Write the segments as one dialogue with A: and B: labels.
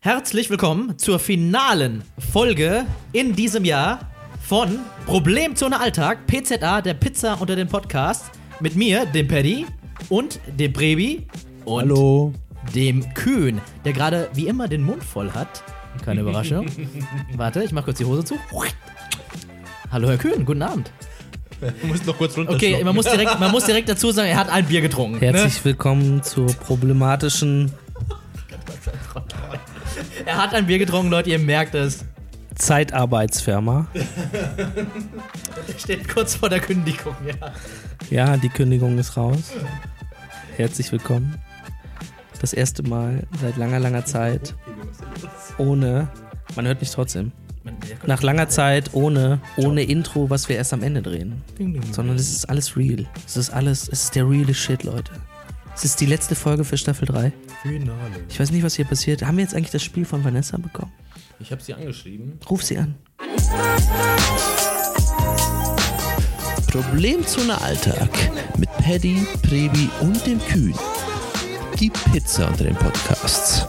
A: Herzlich willkommen zur finalen Folge in diesem Jahr von Problemzone Alltag, PZA, der Pizza unter den Podcasts, mit mir, dem Paddy und dem Brebi und
B: Hallo.
A: dem Kühn, der gerade wie immer den Mund voll hat. Keine Überraschung. Warte, ich mach kurz die Hose zu. Hallo, Herr Kühn, guten Abend.
C: Du musst noch kurz runter.
A: Okay, man muss, direkt, man muss direkt dazu sagen, er hat ein Bier getrunken.
B: Herzlich willkommen zur problematischen
A: Ne? Er hat ein Bier getrunken, Leute, ihr merkt es.
B: Zeitarbeitsfirma.
A: Er steht kurz vor der Kündigung, ja.
B: Ja, die Kündigung ist raus. Herzlich willkommen. Das erste Mal seit langer, langer Zeit ohne. Man hört mich trotzdem. Nach langer Zeit ohne, ohne Intro, was wir erst am Ende drehen. Sondern es ist alles real. Es ist alles, es ist der reale Shit, Leute. Es ist die letzte Folge für Staffel 3.
C: Finale.
B: Ich weiß nicht, was hier passiert. Haben wir jetzt eigentlich das Spiel von Vanessa bekommen?
C: Ich habe sie angeschrieben.
B: Ruf sie an.
D: Problemzone Alltag mit Paddy, Prebi und dem Kühn. Die Pizza unter den Podcasts.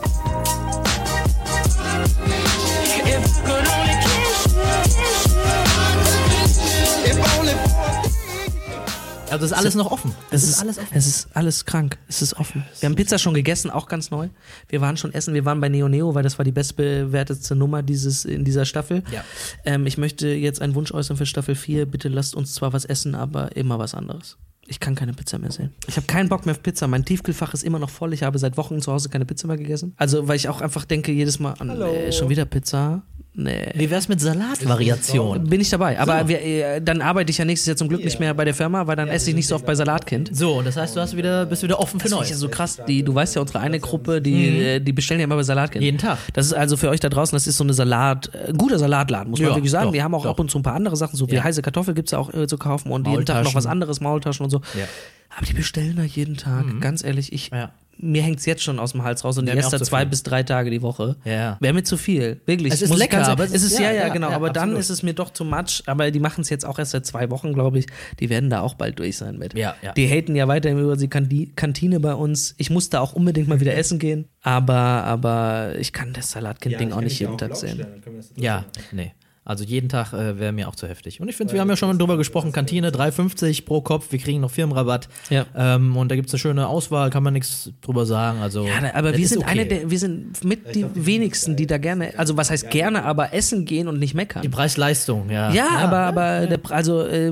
A: Also das ist alles noch offen.
B: Es ist, alles es ist alles krank. Es ist offen. Wir haben Pizza schon gegessen, auch ganz neu. Wir waren schon essen. Wir waren bei Neo Neo, weil das war die bestbewertetste Nummer dieses, in dieser Staffel.
A: Ja.
B: Ähm, ich möchte jetzt einen Wunsch äußern für Staffel 4. Bitte lasst uns zwar was essen, aber immer was anderes. Ich kann keine Pizza mehr sehen. Ich habe keinen Bock mehr auf Pizza. Mein Tiefkühlfach ist immer noch voll. Ich habe seit Wochen zu Hause keine Pizza mehr gegessen. Also, weil ich auch einfach denke, jedes Mal, an, nee, schon wieder Pizza. Nee.
A: Wie wär's mit Salatvariationen?
B: Bin ich dabei. Aber wir, äh, dann arbeite ich ja nächstes Jahr zum Glück nicht mehr bei der Firma, weil dann esse ich nicht so oft bei Salatkind.
A: So, das heißt, du hast wieder, bist wieder offen für
B: Das finde ich ja
A: Neues. Mhm.
B: so krass. Die, du weißt ja, unsere eine Gruppe, die, äh, die bestellen ja immer bei Salatkind.
A: Jeden Tag.
B: Das ist also für euch da draußen, das ist so eine Salat, äh, ein guter Salatladen, muss man
A: Ja,
B: wirklich sagen.
A: doch,
B: wir haben auch
A: doch.
B: ab und zu ein paar andere Sachen, so wie
A: Ja.
B: heiße Kartoffel gibt's ja auch äh, zu kaufen und jeden Tag noch was
A: Maultaschen.
B: anderes, Maultaschen und so.
A: Ja. Mhm.
B: Aber die bestellen da jeden Tag, ganz ehrlich, ich,
A: Ja.
B: mir hängt's jetzt schon aus dem Hals raus und
A: Ja,
B: ich
A: mir
B: esse
A: auch
B: da
A: zu
B: zwei
A: viel.
B: bis drei Tage die Woche.
A: Ja.
B: Wäre mir zu viel, wirklich.
A: Es ist
B: Muss ich
A: lecker,
B: ganz ehrlich-
A: aber es
B: es
A: ist-
B: ist, ja,
A: ja,
B: ja,
A: ja,
B: genau,
A: ja,
B: aber dann
A: absolut.
B: ist es mir doch too much, aber die machen's jetzt auch erst seit zwei Wochen, glaube ich. Die werden da auch bald durch sein mit.
A: Ja, ja.
B: Die die haten ja weiterhin über die Kandi- Kantine bei uns. Ich muss da auch unbedingt mal wieder essen gehen. Aber, aber ich kann das Salatkind-Ding auch nicht jeden Tag sehen.
A: Ja, nee. Also jeden Tag äh, wäre mir auch zu heftig. Und ich finde, wir haben ja schon mal drüber gesprochen, Kantine 3,50 pro Kopf, wir kriegen noch Firmenrabatt.
B: Ja.
A: Ähm, und da gibt es eine schöne Auswahl, kann man nichts drüber sagen. Also,
B: Ja, da- aber
A: das
B: wir
A: ist
B: sind
A: okay.
B: eine der, wir sind mit die wenigsten, die da gerne, also was heißt gerne, aber essen gehen und nicht
A: Die
B: meckern.
A: Preis-Leistung, ja.
B: Ja, aber, aber der, Pre- also äh,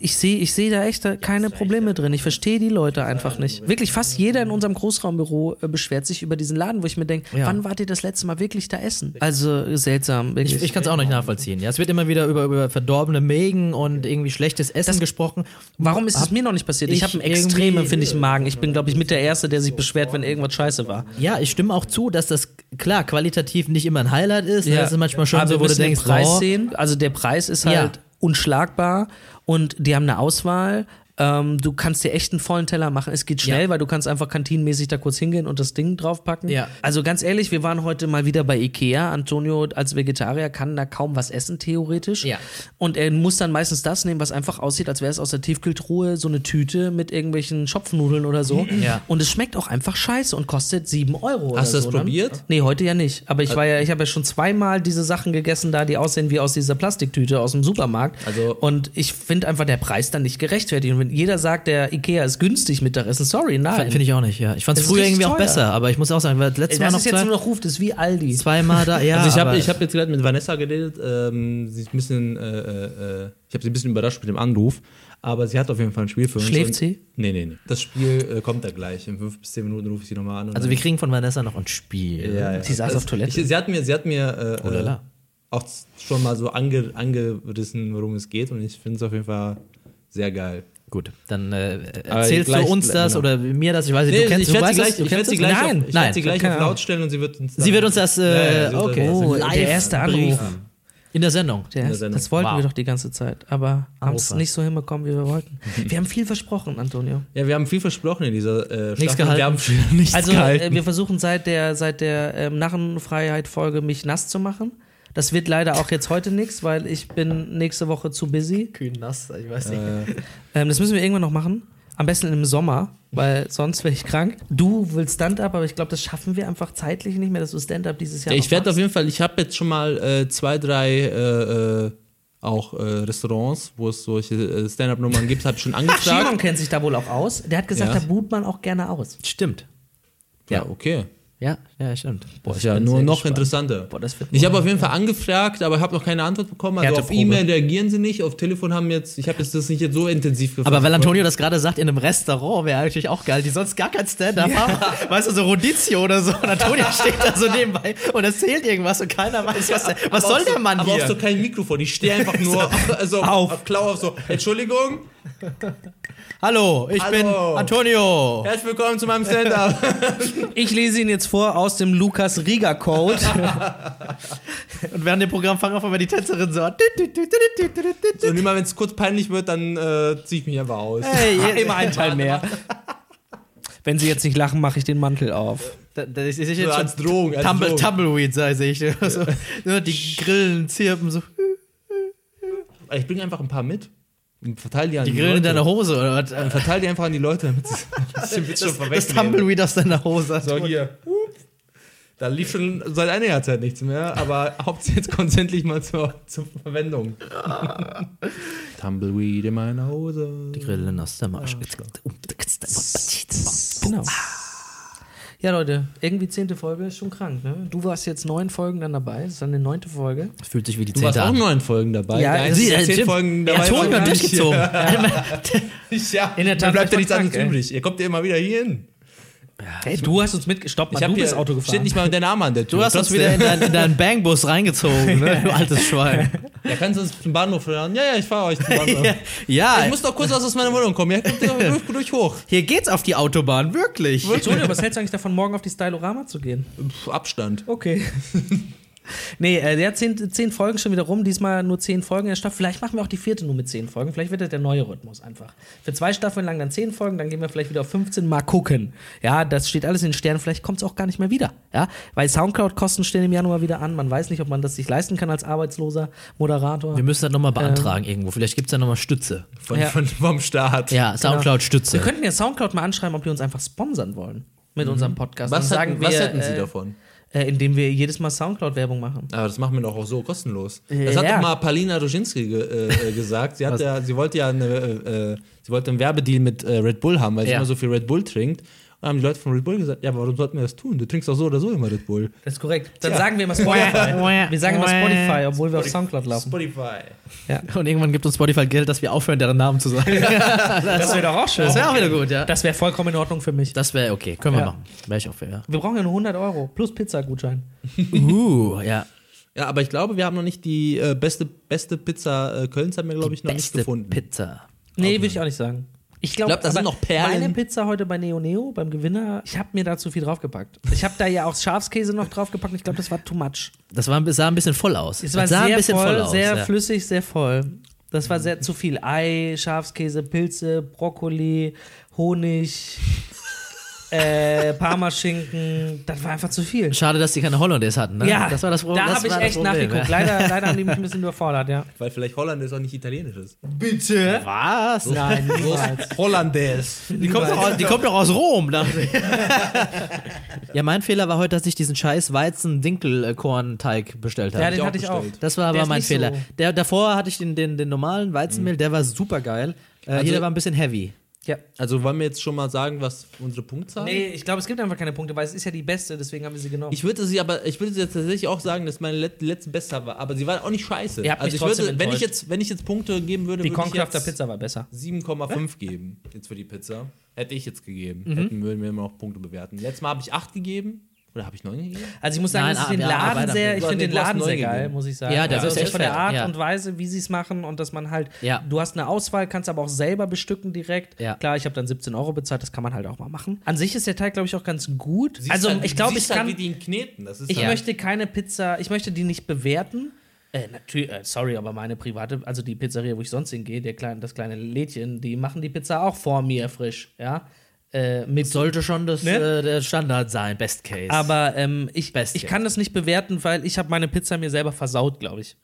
B: ich sehe ich sehe da echt da keine Probleme drin. Ich verstehe die Leute einfach nicht. Wirklich fast jeder in unserem Großraumbüro äh, beschwert sich über diesen Laden, wo ich mir denke,
A: Ja.
B: wann wart ihr das letzte Mal wirklich da essen? Also seltsam.
A: Ich,
B: Wirklich.
A: ich kann es auch nicht nachvollziehen. Ja, es wird immer wieder über, über verdorbene Mägen und irgendwie schlechtes Essen gesprochen.
B: Warum ist es mir noch nicht passiert? Ich,
A: ich
B: habe einen extrem
A: irgendwie-
B: empfindlichen Magen. Ich bin, glaube ich, mit der Erste, der sich beschwert, wenn irgendwas scheiße war.
A: Ja, ich stimme auch zu, dass das klar qualitativ nicht immer ein Highlight ist. ne, Das ist manchmal schon
B: Aber
A: so,
B: wir
A: wo du
B: müssen
A: denkst,
B: den Preis
A: oh,
B: sehen. Also der Preis ist
A: Ja.
B: halt unschlagbar und die haben eine Auswahl. Ähm, du kannst dir echt einen vollen Teller machen. Es geht schnell,
A: Ja.
B: weil du kannst einfach kantinenmäßig da kurz hingehen und das Ding draufpacken.
A: Ja.
B: Also ganz ehrlich, wir waren heute mal wieder bei Ikea. Antonio als Vegetarier kann da kaum was essen, theoretisch.
A: Ja.
B: Und er muss dann meistens das nehmen, was einfach aussieht, als wäre es aus der Tiefkühltruhe so eine Tüte mit irgendwelchen Schopfnudeln oder so.
A: Ja.
B: Und es schmeckt auch einfach scheiße und kostet 7 Euro.
C: Hast du
B: oder so ne?
C: das
B: dann.
C: probiert?
B: Nee, heute ja nicht. Aber ich war ja, ich habe ja schon zweimal diese Sachen gegessen, da die aussehen wie aus dieser Plastiktüte aus dem Supermarkt.
C: Also-
B: und ich finde einfach der Preis dann nicht gerechtfertigt. Und wenn jeder sagt, der Ikea ist günstig Mittagessen, sorry,
C: Ah,
B: nein.
A: Finde ich auch nicht, ja. Ich fand es
B: Es ist
A: früher
B: richtig
A: irgendwie auch
B: teuer.
A: besser, aber ich muss auch sagen, weil letztes Mal
B: das
A: noch
B: ist jetzt
A: zwei,
B: nur noch Ruf, das ist wie Aldi.
A: zweimal da, ja.
C: Also ich habe
A: aber-
C: ich hab jetzt gerade mit Vanessa geredet, ähm, sie ist ein bisschen, äh, äh, äh, ich habe sie ein bisschen überrascht mit dem Anruf, aber sie hat auf jeden Fall ein Spiel für uns.
B: Schläft
C: und-
B: sie?
C: Nee, nee, nee. Das Spiel äh, kommt da gleich. In fünf bis zehn Minuten rufe ich sie nochmal an. und
A: also
C: dann-
A: wir kriegen von Vanessa noch ein Spiel.
C: ja, Also ja.
B: Sie saß
C: Das-
B: auf Toilette.
C: Ich, sie hat mir, sie hat mir äh,
A: Oh la
C: äh,
A: la.
C: auch schon mal so ange, angerissen, worum es geht und ich finde es auf jeden Fall sehr geil.
A: Gut, dann äh,
C: Aber
A: erzählst
C: gleich-
A: du uns das
C: genau.
A: oder mir das, ich weiß nicht,
C: Nee,
A: du kennst,
C: ich
A: du
C: werde sie
A: weißt es,
C: gleich,
A: du
C: ich werd
A: kennst
C: sie
A: es?
C: gleich,
A: Nein,
C: auf, ich
A: nein.
C: werd sie gleich
B: keine
C: auf
B: Ahnung.
C: laut stellen und sie wird uns.
A: Sie wird uns das, äh,
C: sie wird
A: okay.
C: uns-
B: oh,
A: Live
B: der erste Anruf.
A: briefen. in der Sendung.
B: Der
C: der
B: erste,
C: Sendung.
B: das wollten
A: Wow.
B: wir doch die ganze Zeit, aber haben es
A: Hannover.
B: nicht so hinbekommen, wie wir wollten. Wir haben viel versprochen, Antonio.
C: Ja, wir haben viel versprochen in dieser äh, Staffel.
A: gehalten.
C: Wir haben nichts
B: Also äh,
C: gehalten.
B: wir versuchen seit der seit der ähm, Narrenfreiheit Folge mich nass zu machen. Das wird leider auch jetzt heute nichts, weil ich bin nächste Woche zu busy.
A: Kühn nass, ich weiß nicht.
B: Ähm, das müssen wir irgendwann noch machen. Am besten im Sommer, weil sonst wäre ich krank. Du willst Stand-up, aber ich glaube, das schaffen wir einfach zeitlich nicht mehr, dass du Stand-up dieses Jahr
C: Ja, ich
B: noch
C: werde auf
B: machst.
C: jeden Fall, ich habe jetzt schon mal äh, zwei, drei äh, äh, auch äh, Restaurants, wo es solche äh, Stand-Up-Nummern gibt, habe ich schon
B: Shimon
C: angefragt.
B: kennt sich da wohl auch aus. Der hat gesagt,
C: Ja.
B: da buht man auch gerne aus.
A: Stimmt.
C: ja, okay.
A: Ja, ja, stimmt.
C: Boah, ist ja
B: bin
C: nur
B: sehr
C: noch
B: gespannt.
C: interessanter.
B: Boah, das wird
C: ich habe auf jeden Fall angefragt, aber habe noch keine Antwort bekommen. Also auf
B: Härteprobe.
C: E-Mail reagieren sie nicht, auf Telefon haben jetzt, ich habe jetzt das nicht jetzt so intensiv gefragt.
A: Aber weil Antonio das gerade sagt, in einem Restaurant wäre natürlich auch geil, die sonst gar kein Stand-up haben. Weißt du, so Rodizio oder so. Und Antonio steht da so nebenbei und erzählt irgendwas und keiner weiß, was, der, was soll der Mann
C: aber
A: hier?
C: auch so kein Mikrofon, ich stehe einfach nur also auf. auf Klau auf so. Entschuldigung,
A: Hallo, ich
C: Hallo.
A: bin Antonio.
C: herzlich willkommen zu meinem Stand-Up.
B: Ich lese ihn jetzt vor aus dem Lukas Rieger Code.
A: Und während dem Programm fangen auf einmal die Tänzerin so an.
C: Und immer wenn es kurz peinlich wird, dann äh, ziehe ich mich einfach aus.
A: Hey,
B: Immer ein Teil mehr. Wenn sie jetzt nicht lachen, mache ich den Mantel auf.
A: Da- da- Ich, ich, ich
C: So
A: jetzt
C: als
A: schon
C: Drohung, als
A: Tumble,
C: Drohung.
A: Tumbleweed, sei ich. So, nur die Grillen zirpen so.
C: Ich bringe einfach ein paar mit und verteile die an
A: Die Grillen in
C: Leute.
A: deiner Hose oder was?
C: Und verteile die einfach an die Leute, damit sie ein bisschen schon
A: Das Tumbleweed aus deiner Hose.
C: So, hier. Da lief schon seit einiger Zeit nichts mehr, aber hauptsächlich jetzt kommt es endlich mal zur, zur Verwendung. Tumbleweed in meiner Hose.
A: Die Grillen aus der Marsch.
B: Genau. Ja, Leute, irgendwie zehnte Folge ist schon krank, ne? Du warst jetzt neun Folgen dann dabei, das ist dann die neunte Folge.
A: Das fühlt sich wie die
C: Du warst
A: zehnte
C: auch
A: an.
C: neun Folgen dabei.
B: Ja,
C: Der einzige,
A: Sie,
C: der
A: äh,
C: zehn
A: Jim,
C: Folgen dabei. war,
A: Antonio
C: war
A: hat
C: ich.
A: durchgezogen.
C: Ja, in
B: der
C: der
B: Tat
C: Tat bleibt ja
B: war
C: nichts
B: krank,
C: anderes
B: ey.
C: übrig. Ihr kommt ja immer wieder hier hin.
B: Hey, du hast uns mitgestoppt,
C: hab
B: du bist
C: hier-
B: Auto gefahren.
C: Steht nicht mal der Name an der Tür.
A: Du hast uns
C: Trotzdem.
A: wieder in, dein, in deinen Bangbus reingezogen, ne? du altes Schwein.
C: Ja, kannst du uns zum Bahnhof fahren? Ja, ja, ich fahre euch zum Bahnhof. Ich
B: Also
A: ja,
C: muss doch kurz aus aus meiner Wohnung kommen. Ja, kommt ihr durch, durch hoch.
A: hier geht's auf die Autobahn, wirklich.
B: Antonio, was hältst du eigentlich davon, morgen auf die Stylorama zu gehen?
C: Pff, Abstand.
B: Okay. nee, äh, der hat zehn, zehn Folgen schon wieder rum, diesmal nur zehn Folgen in der Staffel. Vielleicht machen wir auch die vierte nur mit zehn Folgen. Vielleicht wird das der neue Rhythmus einfach. Für zwei Staffeln lang dann zehn Folgen, dann gehen wir vielleicht wieder auf 15 mal gucken. Ja, das steht alles in den Sternen, vielleicht kommt es auch gar nicht mehr wieder. Ja, weil Soundcloud-Kosten stehen im Januar wieder an. Man weiß nicht, ob man das sich leisten kann als arbeitsloser Moderator.
A: Wir müssen das nochmal beantragen irgendwo. Vielleicht gibt's da nochmal Stütze.
C: Von,
B: Ja.
C: von, vom Start.
A: Ja,
B: Genau. Wir
A: Soundcloud-Stütze.
B: könnten ja Soundcloud mal anschreiben, ob die uns einfach sponsern wollen mit unserem Podcast.
C: Mhm. Was,
B: Dann
C: hätten, was hätten
B: äh,
C: sie davon?
B: Äh, indem wir jedes Mal Soundcloud-Werbung machen.
C: Aber das machen wir doch auch so kostenlos. Das hat
B: Ja.
C: doch mal Paulina Ruschinski ge, äh, äh, gesagt. Sie, hat ja, sie wollte ja eine, äh, äh, sie wollte einen Werbedeal mit äh, Red Bull haben, weil sie
A: Ja.
C: immer so viel Red Bull trinkt. Und dann haben die Leute von Red Bull gesagt, ja, aber warum sollten wir das tun? Du trinkst doch so oder so immer Red Bull.
B: Das ist korrekt. Dann sagen wir immer Spotify. wir sagen immer Spotify, obwohl wir auf Soundcloud laufen.
C: Spotify.
A: Und irgendwann gibt uns Spotify Geld, dass wir aufhören, deren Namen zu sagen.
B: Das wäre doch auch schön.
A: Das wäre auch wieder gut, ja.
B: Das wäre vollkommen in Ordnung für mich.
A: Das wäre okay, können wir
B: Ja.
A: machen. Wäre ich auch für, ja.
B: Wir brauchen ja nur 100 Euro plus Pizzagutschein.
A: Uh, ja.
C: Ja, aber ich glaube, wir haben noch nicht die äh, beste, beste Pizza äh, Kölns haben wir, glaube ich, noch nicht
A: Beste
C: gefunden.
A: Pizza.
B: Nee, würde ich auch nicht sagen. Ich glaube,
C: glaub, da sind noch Perlen.
B: meine Pizza heute bei Neo Neo, beim Gewinner, ich habe mir da zu viel draufgepackt. Ich habe da ja auch Schafskäse noch draufgepackt und ich glaube, das war too much.
A: Das war, sah ein bisschen voll aus.
B: Es war
A: Das sah
B: sehr
A: ein bisschen
B: voll,
A: voll aus.
B: sehr
A: ja.
B: flüssig, sehr voll. Das war sehr zu viel Ei, Schafskäse, Pilze, Brokkoli, Honig, äh, Parmaschinken. Das war einfach zu viel.
A: Schade, dass die keine Hollandaise hatten, ne?
B: Ja,
A: das war das Problem.
B: Da
A: das
B: habe ich
A: war das
B: echt
A: Problem,
B: nachgeguckt.
A: ja.
B: Leider, leider haben die mich ein bisschen überfordert, ja.
C: Weil vielleicht Holländisch auch nicht italienisch ist.
B: ne?
A: Bitte? Was?
B: Nein, niemals.
C: Hollandaise.
A: Die kommt, doch aus, die kommt doch aus Rom. ne? dachte ich. ja, mein Fehler war heute, dass ich diesen scheiß Weizen-Dinkel-Kornteig bestellt
B: Ja,
A: habe.
C: ich
B: den
C: auch
B: hatte ich auch.
C: bestellt.
A: das war aber
B: der ist
A: mein
B: nicht
A: Fehler.
B: so.
A: Der, davor hatte ich den, den, den normalen Weizenmehl, der war super geil. Äh,
C: Also-
A: hier, der war ein bisschen heavy.
B: Ja.
C: Also wollen wir jetzt schon mal sagen, was unsere Punktzahl
B: Nee, ich glaube, es gibt einfach keine Punkte, weil es ist ja die beste, deswegen haben wir sie genommen.
C: Ich würde sie aber, ich würde sie jetzt tatsächlich auch sagen, dass meine let letzte besser war, aber sie war auch nicht scheiße. Also
B: Ihr habt mich
C: ich würde,
B: trotzdem
C: wenn ich
B: enttäuscht.
C: jetzt, wenn ich jetzt Punkte geben würde, würde
B: die
C: ich
B: Concrafter
C: jetzt
B: Pizza war besser.
C: 7,5 geben jetzt für die Pizza. Hätte ich jetzt gegeben.
A: Mhm.
C: Hätten würden wir immer noch Punkte bewerten. Letztes Mal habe ich 8 gegeben oder habe ich 9 gegeben?
B: Also ich muss sagen,
A: Nein,
B: das ist
A: ah,
B: den
A: wir
B: Laden
A: arbeiten
B: sehr,
A: am-
B: ich
C: du hast-
B: finde den
C: du hast
B: Laden
C: neu
B: sehr
C: gegeben.
B: geil, muss ich sagen.
A: Ja, der
B: also
A: ist
B: echt
A: echt
B: von der
A: geil,
B: Art
A: ja.
B: und Weise, wie sie es machen und dass man halt,
A: Ja.
B: du hast eine Auswahl, kannst aber auch selber bestücken direkt.
A: Ja.
B: Klar, ich habe dann 17 Euro bezahlt, das kann man halt auch mal machen. An sich ist der Teig, glaube ich, auch ganz gut.
C: Siehst
B: also
C: halt-
B: ich glaube, ich
C: siehst
B: kann,
C: halt, wie die ihn kneten. Das ist
B: Ich
C: halt-
B: möchte keine Pizza, ich möchte die nicht bewerten. Äh, natürlich, äh, sorry, aber meine private, also die Pizzeria, wo ich sonst hingehe, der kleine, das kleine Lädchen, die machen die Pizza auch vor mir frisch, ja. Äh, mit
A: Sollte schon das,
B: Ne?
A: äh, der Standard sein, Best Case.
B: aber ähm, ich,
A: Best
B: ich
A: Case.
B: kann das nicht bewerten, weil ich habe meine Pizza mir selber versaut, glaube ich.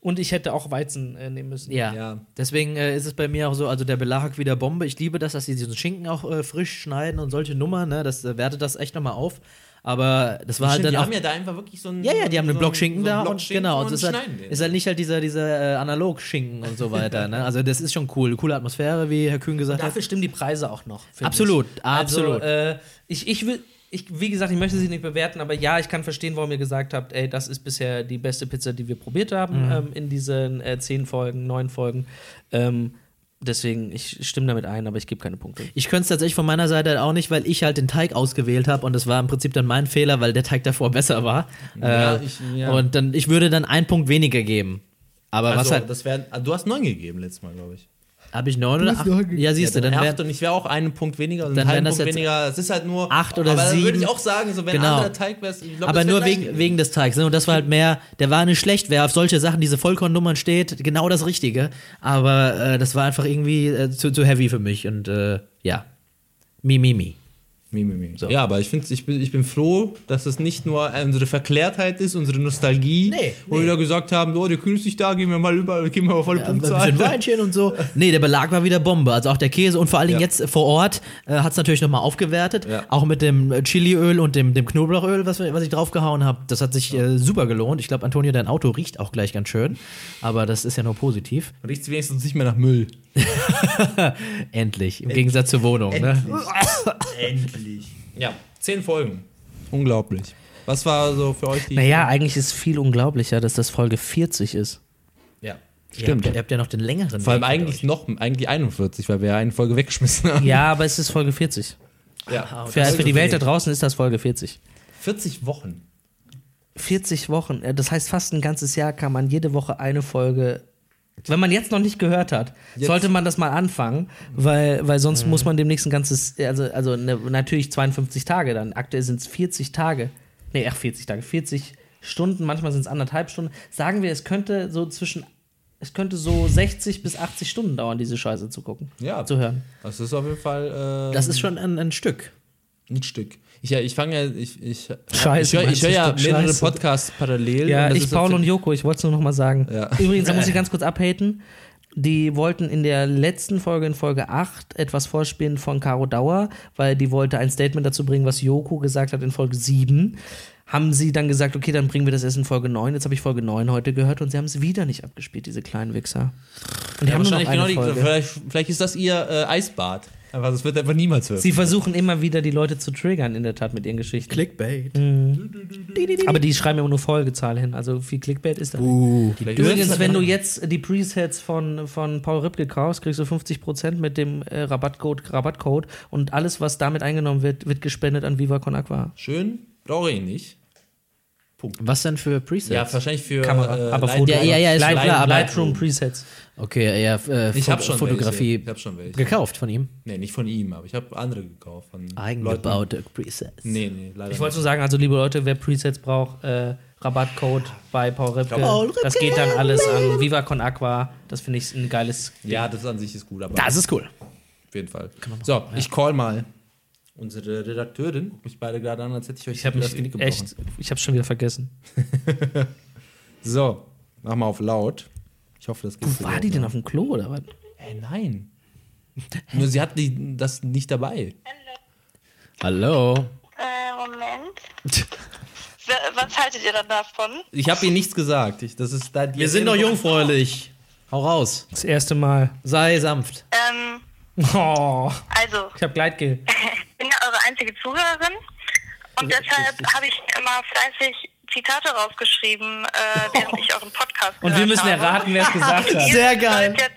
B: Und ich hätte auch Weizen äh, nehmen müssen.
A: Ja.
C: Ja.
A: Deswegen äh, ist es bei mir auch so, also der Belag wieder Bombe. Ich liebe das, dass sie diesen Schinken auch äh, frisch schneiden und solche Nummern, ne? Das äh, wertet das echt nochmal auf. Aber das war
C: Stimmt,
A: halt
C: die
A: dann
C: haben
A: auch.
C: ja da einfach wirklich so einen.
A: ja, ja, die haben
C: so
A: einen Block Schinken
C: so einen
A: da
C: Block
A: und
C: Schinken
A: genau. Und
C: und
A: es ist, halt,
C: schneiden den.
A: ist halt nicht halt dieser, dieser äh, Analog-Schinken und so weiter. ne? Also das ist schon cool. Coole Atmosphäre, wie Herr Kühn gesagt hat.
B: Dafür stimmen die Preise auch noch. finde
A: Absolut,
B: ich.
A: absolut.
B: Also, äh, ich, ich will, ich, wie gesagt, ich möchte sie nicht bewerten, aber ja, ich kann verstehen, warum ihr gesagt habt, ey, das ist bisher die beste Pizza, die wir probiert haben ähm, in diesen äh, zehn Folgen, neun Folgen. Ähm, deswegen, ich stimme damit ein, aber ich gebe keine Punkte.
A: Ich könnte es tatsächlich von meiner Seite halt auch nicht, weil ich halt den Teig ausgewählt habe und das war im Prinzip dann mein Fehler, weil der Teig davor besser war.
C: Ja,
A: äh,
C: ich- ja.
A: Und dann, ich würde dann einen Punkt weniger geben. Aber
C: Also,
A: was halt,
C: das wär, du hast neun gegeben letztes Mal, glaube ich.
A: habe ich neun oder acht? Ja, siehst du, dann
C: acht
A: wäre
C: und ich wäre auch einen Punkt weniger, also
A: Dann wären
C: einen halben
A: das
C: Punkt
A: jetzt
C: weniger. Es ist halt nur
A: acht oder
C: aber Aber würde
A: sieben.
C: ich auch sagen, so wenn
A: Genau.
C: ein anderer Teig wäre, ich glaube,
A: aber
C: das wär
A: nur
C: gleich
A: wegen,
C: gewesen.
A: wegen des Teigs. Ne? Und das war halt mehr, der war nicht schlecht, wer auf solche Sachen, diese Vollkornnummern steht, genau das Richtige. Aber äh, das war einfach irgendwie äh, zu, zu heavy für mich. Und äh, ja, mi, mi, mi.
C: Mi, mi, mi. Ja, aber ich, find's, ich, bin, ich bin froh, dass es nicht nur unsere Verklärtheit ist, unsere Nostalgie,
A: Nee,
C: wo wir da gesagt haben, oh, der Kühl ist nicht da, gehen wir mal überall, gehen wir mal volle
A: Ein
C: Punktzahl.
A: bisschen Weinchen und so. Nee, der Belag war wieder Bombe. Also auch der Käse und vor allen Dingen
C: Ja.
A: jetzt vor Ort äh, hat es natürlich nochmal aufgewertet.
C: Ja.
A: Auch mit dem äh, Chiliöl und dem, dem Knoblauchöl, was, wir- was ich draufgehauen habe. Das hat sich äh, super gelohnt. Ich glaube, Antonio, dein Auto riecht auch gleich ganz schön. Aber das ist ja nur positiv.
C: Riecht wenigstens nicht mehr nach Müll.
A: Endlich. Im Gegensatz zur Wohnung. Ne?
C: Endlich. Ja, zehn Folgen. Unglaublich. Was war so für euch die.
B: Naja, eigentlich ist viel unglaublicher, dass das Folge 40 ist.
C: Ja.
A: Stimmt. Ihr habt, ihr habt ja noch den längeren.
C: Vor allem
A: Weg hinter
C: eigentlich noch, eigentlich 41, weil wir ja eine Folge weggeschmissen haben.
B: Ja, aber es ist Folge 40.
A: Ah,
C: Ja.
B: Für, für die Welt da draußen ist das Folge 40.
C: 40 Wochen.
B: 40 Wochen, äh, das heißt fast ein ganzes Jahr kann man jede Woche eine Folge. Wenn man jetzt noch nicht gehört hat, sollte man das mal anfangen, weil, weil sonst muss man demnächst ein ganzes, also, also ne, natürlich 52 Tage dann. Aktuell sind es 40 Tage. Nee, ach, 40 Tage, 40 Stunden, manchmal sind es anderthalb Stunden. Sagen wir, es könnte so zwischen, es könnte so 60 bis 80 Stunden dauern, diese Scheiße zu gucken.
C: Ja.
B: Zu hören.
C: Das ist auf jeden Fall. Äh,
A: Das ist schon ein, ein Stück.
C: ein Stück. Ich, ja, ich fange ja. Ich, ich,
B: Scheiße,
C: ich höre ich
B: meinst du,
C: hör ja
B: Stück
C: mehrere
B: Scheiße.
C: Podcasts parallel.
B: Ja,
C: das
B: ich,
C: ist
B: Paul
C: jetzt-
B: und Joko, ich wollte es nur nochmal sagen.
C: Ja.
B: Übrigens, da muss ich ganz kurz abhaten. Die wollten in der letzten Folge, in Folge 8, etwas vorspielen von Caro Dauer, weil die wollte ein Statement dazu bringen, was Joko gesagt hat in Folge 7. Haben sie dann gesagt, okay, dann bringen wir das erst in Folge 9. Jetzt habe ich Folge 9 heute gehört und sie haben es wieder nicht abgespielt, diese kleinen Wichser. Und die
C: Ja,
B: haben nur noch
C: wahrscheinlich genau
B: eine
C: die,
B: Folge.
C: vielleicht, vielleicht ist das ihr äh, Eisbad. Aber das wird einfach niemals hören.
B: Sie versuchen immer wieder, die Leute zu triggern, in der Tat, mit ihren Geschichten.
A: Clickbait.
B: Aber die schreiben immer nur Folgezahl hin. Also viel Clickbait ist da nicht.
C: Vielleicht ist
B: Übrigens,
C: das-
B: wenn du jetzt die Presets von, von Paul Ripke kaufst, kriegst du 50% mit dem äh, Rabattcode, Rabattcode und alles, was damit eingenommen wird, wird gespendet an Viva Con Aqua.
C: Schön, brauche ich nicht.
A: Was denn für Presets?
C: Ja, wahrscheinlich für äh,
B: Kamera, aber
C: Light-
B: Foto.
A: Ja, ja, ja, ist
B: Light,
A: klar, aber-
B: Lightroom Presets.
A: okay, ja, äh,
C: Ich
A: Fo-
C: habe schon
A: Fotografie
C: Welche. Ich habe schon welche.
A: gekauft von ihm.
C: Nee, nicht von ihm, aber ich habe andere gekauft. Von Leuten.
A: Eigengebaute Presets.
C: Nee, nee, leider
B: Ich
C: nicht.
B: wollte nur sagen, also liebe Leute, wer Presets braucht, äh, Rabattcode bei Paul Ripke.
A: Paul Ripke.
B: Das geht dann alles an Viva Con Aqua. Das finde ich ein geiles.
C: Ja, das an sich ist gut, aber
A: Das ist cool.
C: auf jeden Fall. So, ich call mal unsere Redakteurin. Guckt mich beide gerade an, als hätte ich euch
B: Ich habe
C: das Genick
B: mich echt, ich habe schon wieder vergessen.
C: So, mach mal auf laut. Ich hoffe, das geht. so
B: War
C: laut,
B: die
C: ne?
B: denn auf dem Klo oder was?
C: Hä, nein. Nur sie hat die, das nicht dabei.
A: Hallo.
E: Äh, Moment. W- Was haltet ihr dann davon?
C: Ich habe ihr nichts gesagt. Ich, das ist da, die
A: Wir sind noch jungfräulich. Hau raus.
B: Das erste Mal.
A: Sei sanft.
E: Ähm,
B: Oh,
E: also,
B: ich habe Gleitgel.
E: ich bin ja eure einzige Zuhörerin und deshalb habe ich immer fleißig Zitate rausgeschrieben, äh, während ich euren Podcast
B: Und wir
E: gehört
B: müssen
E: habe.
B: erraten, wer es gesagt hat.
A: Sehr geil.
E: Ihr sollt jetzt,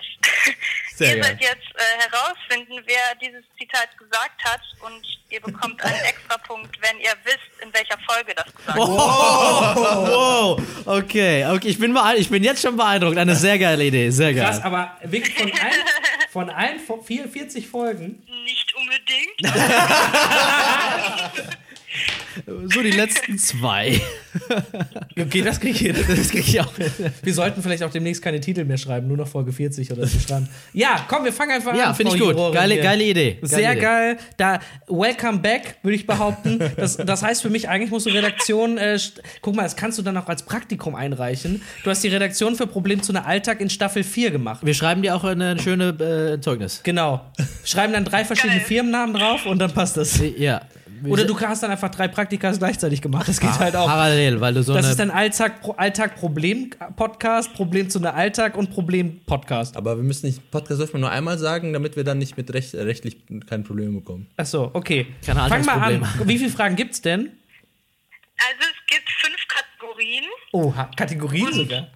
C: Sehr
E: ihr
C: geil.
E: sollt jetzt äh, herausfinden, wer dieses Zitat gesagt hat und ihr bekommt einen Extrapunkt, wenn ihr wisst, in welcher Folge das gesagt wurde.
A: Wow. Oh, Okay, okay. Ich bin, beein- ich bin jetzt schon beeindruckt. Eine sehr geile Idee. Sehr
B: Krass,
A: geil.
B: aber wirklich von allen, von allen von 44 Folgen.
E: Nicht unbedingt.
A: So die letzten zwei.
B: Okay, das krieg ich hin.
A: Das krieg ich auch.
B: Wir sollten vielleicht auch demnächst keine Titel mehr schreiben, nur noch Folge 40 oder so schreiben. Ja, komm, wir fangen einfach an.
A: Ja, finde ich
B: Frau
A: gut.
B: Jurorin
A: Geile,
B: hier.
A: geile Idee. Geile
B: Sehr
A: Idee.
B: geil. Da, welcome back, würde ich behaupten. Das, das heißt für mich, eigentlich musst du Redaktion, äh, st- guck mal, das kannst du dann auch als Praktikum einreichen. Du hast die Redaktion für Problem zu einer Alltag in Staffel 4 gemacht.
A: Wir schreiben dir auch eine schöne äh, Zeugnis.
B: Genau. Schreiben dann drei verschiedene
E: Geil.
B: Firmennamen drauf und dann passt das.
A: Ja.
B: Oder du hast dann einfach drei Praktika gleichzeitig gemacht. Das geht halt auch.
A: Parallel, weil du so
B: Das
A: Ah, eine.
B: ist dann Alltag, Pro- Alltag-Problem-Podcast, Problem zu einer Alltag und Problem-Podcast.
C: Aber wir müssen nicht, Podcast dürfen wir nur einmal sagen, damit wir dann nicht mit recht, äh, rechtlich kein Problem bekommen.
B: Achso, okay.
A: Keine Ahnung,
B: Fang mal an.
A: Alltagsproblem.
B: Wie viele Fragen gibt's denn?
E: Also es gibt fünf Kategorien.
B: Oh, Kategorien sogar.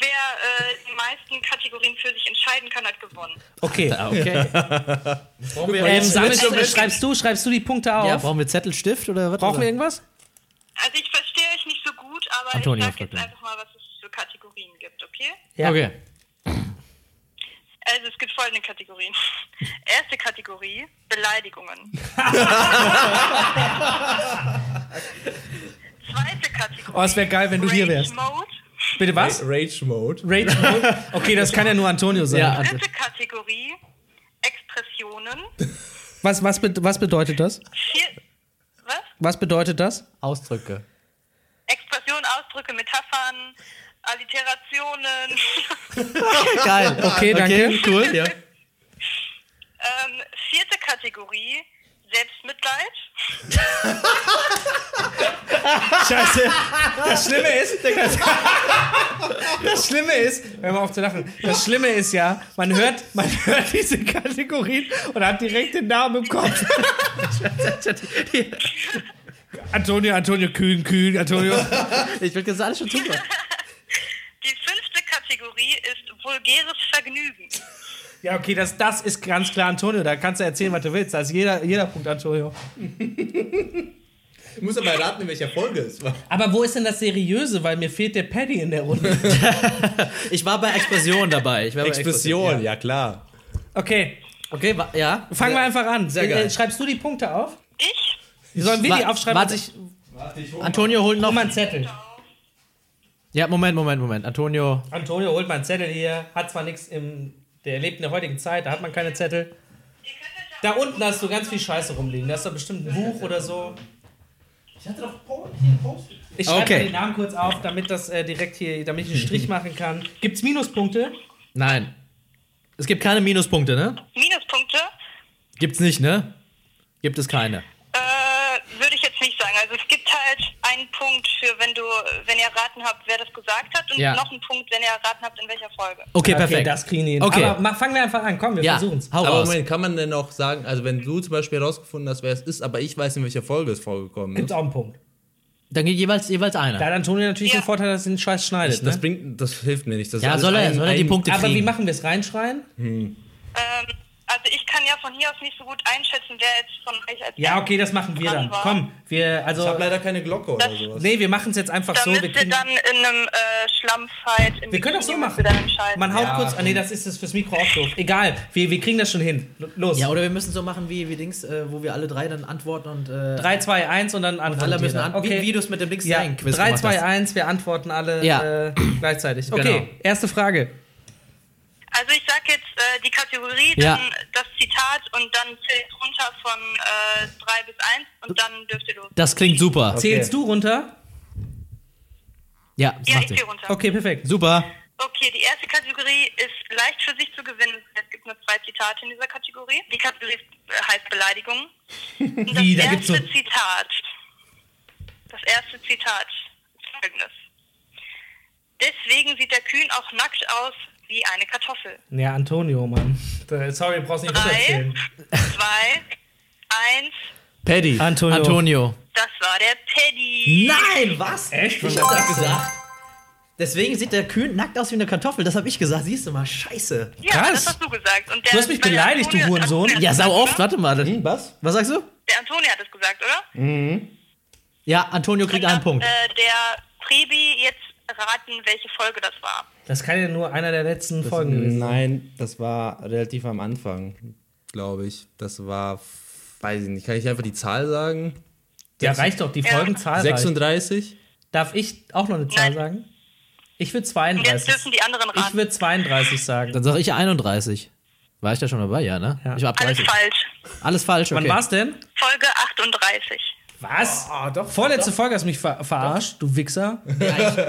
E: Wer äh, die meisten Kategorien für sich entscheiden kann, hat gewonnen.
B: Okay.
A: Ah, okay.
B: Ähm, sammelst,
E: jetzt-
B: äh, schreibst du, schreibst du die Punkte auf?
A: ja, brauchen wir Zettelstift oder was?
B: Brauchen wir
A: oder?
B: irgendwas?
E: Also ich verstehe euch nicht so gut, aber
A: Antonia
E: ich sage
A: fragt
E: jetzt
A: dann.
E: einfach mal, was es für Kategorien gibt, okay?
B: Ja.
A: Okay.
E: Also es gibt folgende Kategorien. Erste Kategorie, Beleidigungen. Zweite Kategorie.
B: Oh, es wär geil, wenn du hier
E: Rage
B: wärst.
E: Mode.
B: Bitte was?
C: Rage Mode.
B: Rage Mode? Okay, das kann ja nur Antonio sein.
A: Ja, André.
E: Dritte Kategorie, Expressionen.
B: Was, was, bed- was bedeutet das?
E: Vier, was?
B: Was bedeutet das?
C: Ausdrücke.
E: Expressionen, Ausdrücke, Metaphern, Alliterationen.
A: Geil.
B: Okay, danke.
A: cool. Ja.
E: ähm, vierte Kategorie, Selbstmitleid.
B: Scheiße. Das Schlimme ist, das Schlimme ist, hör mal auf zu lachen. Das Schlimme ist ja, man hört, man hört diese Kategorien und hat direkt den Namen im Kopf. Antonio, Antonio, Kühn, Kühn, Antonio.
A: Ich will das alles schon tun.
E: Die fünfte Kategorie ist vulgäres Vergnügen.
B: Ja, okay, das, das ist ganz klar Antonio. Da kannst du erzählen, was du willst. Da ist jeder, jeder Punkt Antonio.
C: Ich muss aber erraten, in welcher Folge es war.
B: Aber wo ist denn das Seriöse? Weil mir fehlt der Paddy in der Runde.
A: Ich war bei Explosion dabei. Ich war bei
C: Expression, ja klar.
B: Okay,
A: Okay, wa- ja.
B: fangen wir einfach an.
A: Sehr geil.
B: Äh, Schreibst du die Punkte auf?
E: Ich?
B: Sollen wir die
A: Wa-
B: aufschreiben?
A: warte,
B: ich
A: Antonio holt noch.
B: mal einen Zettel.
A: Ja, Moment, Moment, Moment. Antonio.
B: Antonio holt mal einen Zettel hier, hat zwar nichts im. Der lebt in der heutigen Zeit, da hat man keine Zettel. Da unten hast du ganz viel Scheiße rumliegen. Da hast du bestimmt ein Buch oder so. Ich hatte doch
A: Okay.
B: hier Ich schreibe mal den Namen kurz auf, damit das äh, direkt hier, damit ich einen Strich machen kann. Gibt's Minuspunkte?
A: Nein. Es gibt keine Minuspunkte, ne?
E: Minuspunkte
A: Gibt's nicht, ne? Gibt es keine.
E: äh, würde ich jetzt nicht sagen. Also es gibt halt einen Punkt für, wenn du, wenn ihr erraten habt, wer das gesagt hat, und
A: Ja.
E: noch einen Punkt, wenn ihr erraten habt, in welcher Folge.
A: Okay, perfekt.
B: das kriegen die hin.
A: Okay.
B: Aber mach, fangen wir einfach an. Komm, wir
A: ja,
B: versuchen's.
A: hau
C: Aber
A: raus.
C: Moment, kann man denn auch sagen, also wenn du zum Beispiel herausgefunden hast, wer es ist, aber ich weiß, in welcher Folge es vorgekommen
B: Gibt's
C: ist.
B: auch einen Punkt.
A: Dann geht jeweils, jeweils einer.
B: Da hat Antonio natürlich
E: Ja.
B: den Vorteil, dass er den Scheiß schneidet.
C: Äh, Das
B: ne?
C: bringt, das hilft mir nicht. Das ist
A: ja,
C: alles
A: soll er,
C: ein-
A: soll er die
C: ein-
A: Punkte
B: Aber wie
A: kriegen.
B: machen wir es? Reinschreien?
E: Ähm, also ich kann ja von hier aus nicht so gut einschätzen, wer jetzt von euch als
B: Ja, okay, das machen wir dann.
E: Dran war.
B: Komm, wir, also.
C: Ich habe leider keine Glocke oder sowas.
B: Nee, wir machen's jetzt einfach
E: Da
B: so.
E: müsst
B: Wir
E: ihr
B: kriegen,
E: dann in einem äh, Schlammfight im
B: Wir können das so
E: Bikini müsst
B: machen.
E: ihr dann entscheiden.
B: Man haut kurz. Ah, nee, das ist das fürs Mikro auch doof. Egal, wir, wir kriegen das schon hin. Los.
A: Ja, oder wir müssen so machen wie, wie Dings, äh, wo wir alle drei dann antworten und äh,
B: 3, 2, 1 und dann antworten.
A: alle müssen
B: jeder.
A: an
B: okay.
A: wie, wie du es mit dem Dings
B: ja,
A: dein Quiz
B: 3,
A: gemacht
B: 2,
A: hast.
B: 1, wir antworten alle
A: Ja.
B: äh, gleichzeitig. Okay,
A: Genau.
B: erste Frage.
E: Also ich sag jetzt äh, die Kategorie,
A: Ja.
E: dann das Zitat und dann zählt runter von äh, 3 bis 1 und dann dürft ihr los.
A: Das klingt super.
B: Zählst du runter?
A: Ja, das
E: Ja, ich
A: macht
E: zähle
A: ihr.
E: runter.
B: Okay, perfekt.
A: Super.
E: Okay, die erste Kategorie ist leicht für sich zu gewinnen. Es gibt nur zwei Zitate in dieser Kategorie. Die Kategorie äh, heißt Beleidigung. Und das
B: Wie, da gibt's
E: erste
B: so-
E: Zitat. Das erste Zitat ist folgendes. Deswegen sieht der Kühn auch nackt aus wie eine Kartoffel.
B: Ja, Antonio, Mann. Äh, Sorry, du brauchst nicht
E: Drei,
B: runterzählen.
E: zwei, eins.
C: Paddy.
B: Antonio.
A: Antonio.
E: Das war der Paddy.
A: Nein, was?
B: Echt?
A: Ich hab das gesagt. Deswegen sieht der Kühn nackt aus wie eine Kartoffel. Das habe ich gesagt. Siehst du mal, scheiße.
E: Ja,
B: Hm, krass.
E: das hast du gesagt. Und der,
B: Du hast mich
E: weil der
B: beleidigt, du
E: Antonio-
B: Hurensohn.
E: Antonio-
A: Ja, sau oft. Warte mal.
C: Hm, was?
A: Was sagst du?
E: Der Antonio hat es gesagt, oder?
A: Ja, Antonio kriegt einen Punkt.
E: Äh, der Prebi jetzt raten, welche Folge das war.
B: Das kann ja nur einer der letzten Folgen gewesen sein.
F: Nein, das war relativ am Anfang.
C: Glaube ich. Das war, weiß ich nicht. Kann ich einfach die Zahl sagen?
B: Ja, reicht doch, die
E: Ja.
B: Folgenzahl reicht.
C: 36?
B: Darf ich auch noch eine Zahl
E: Nein.
B: sagen? Ich würde
E: Und jetzt
B: 32.
E: dürfen die anderen
B: Ich
E: raten.
B: würde 32 sagen.
A: Dann sage ich 31. War ich da schon dabei? Ja, ne?
B: Ja.
A: Ich war ab
E: Alles
A: 30.
E: falsch.
A: Alles falsch, okay.
B: Wann war's denn? Oh,
E: Folge 38.
B: Was? Vorletzte Folge hast du mich ver verarscht, du Wichser.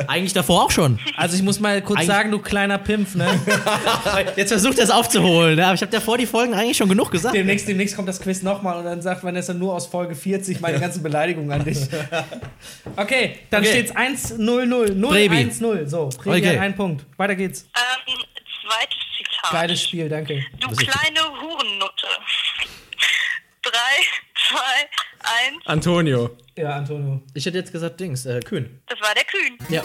A: Eigentlich davor auch schon.
B: Also ich muss mal kurz
A: Eigentlich-
B: sagen, du kleiner Pimpf, ne?
A: Jetzt versucht das aufzuholen, ne? aber ich habe davor die Folgen eigentlich schon genug gesagt.
B: Demnächst, demnächst kommt das Quiz nochmal und dann sagt Vanessa nur aus Folge 40 meine ganzen Beleidigungen an dich. Okay, dann
A: Okay.
B: steht's 1-0-0. 0-1-0. So, Prebi
A: Okay.
B: hat einen Punkt. Weiter geht's.
E: Ähm, zweites Zitat.
B: Geiles Spiel, danke.
E: Du kleine Hurennutte. Drei, zwei, eins.
C: Antonio.
B: Ja, Antonio.
A: Ich hätte jetzt gesagt Dings, äh, Kühn.
E: Das war der Kühn.
A: Ja.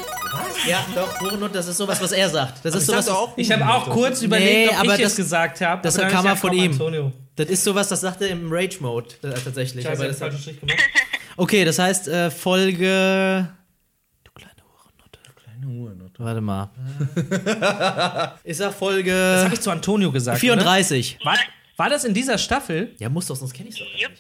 A: Ja, doch, Hurenhut, das ist sowas, was er sagt. Das ist sowas,
B: Ich habe auch kurz überlegt, ob
A: aber
B: ich es
A: das-
B: gesagt habe.
A: das
B: aber dann
A: kam
B: hab
A: ja
B: ich
A: von
B: komm,
A: ihm.
B: Antonio.
A: das ist sowas, das sagt er im Rage-Mode äh, tatsächlich.
B: Scheiße,
A: Aber
B: hab ich
A: das
B: habe falschen Strich gemacht.
A: okay, das heißt äh, Folge... Du kleine Hurennutte.
C: Hurennutte.
A: Warte mal. ich sag
B: Das
A: Folge
B: habe ich zu Antonio gesagt.
A: 34.
B: Oder? War, war das in dieser Staffel?
A: Ja, muss doch, sonst kenne ich doch.
E: Jupp.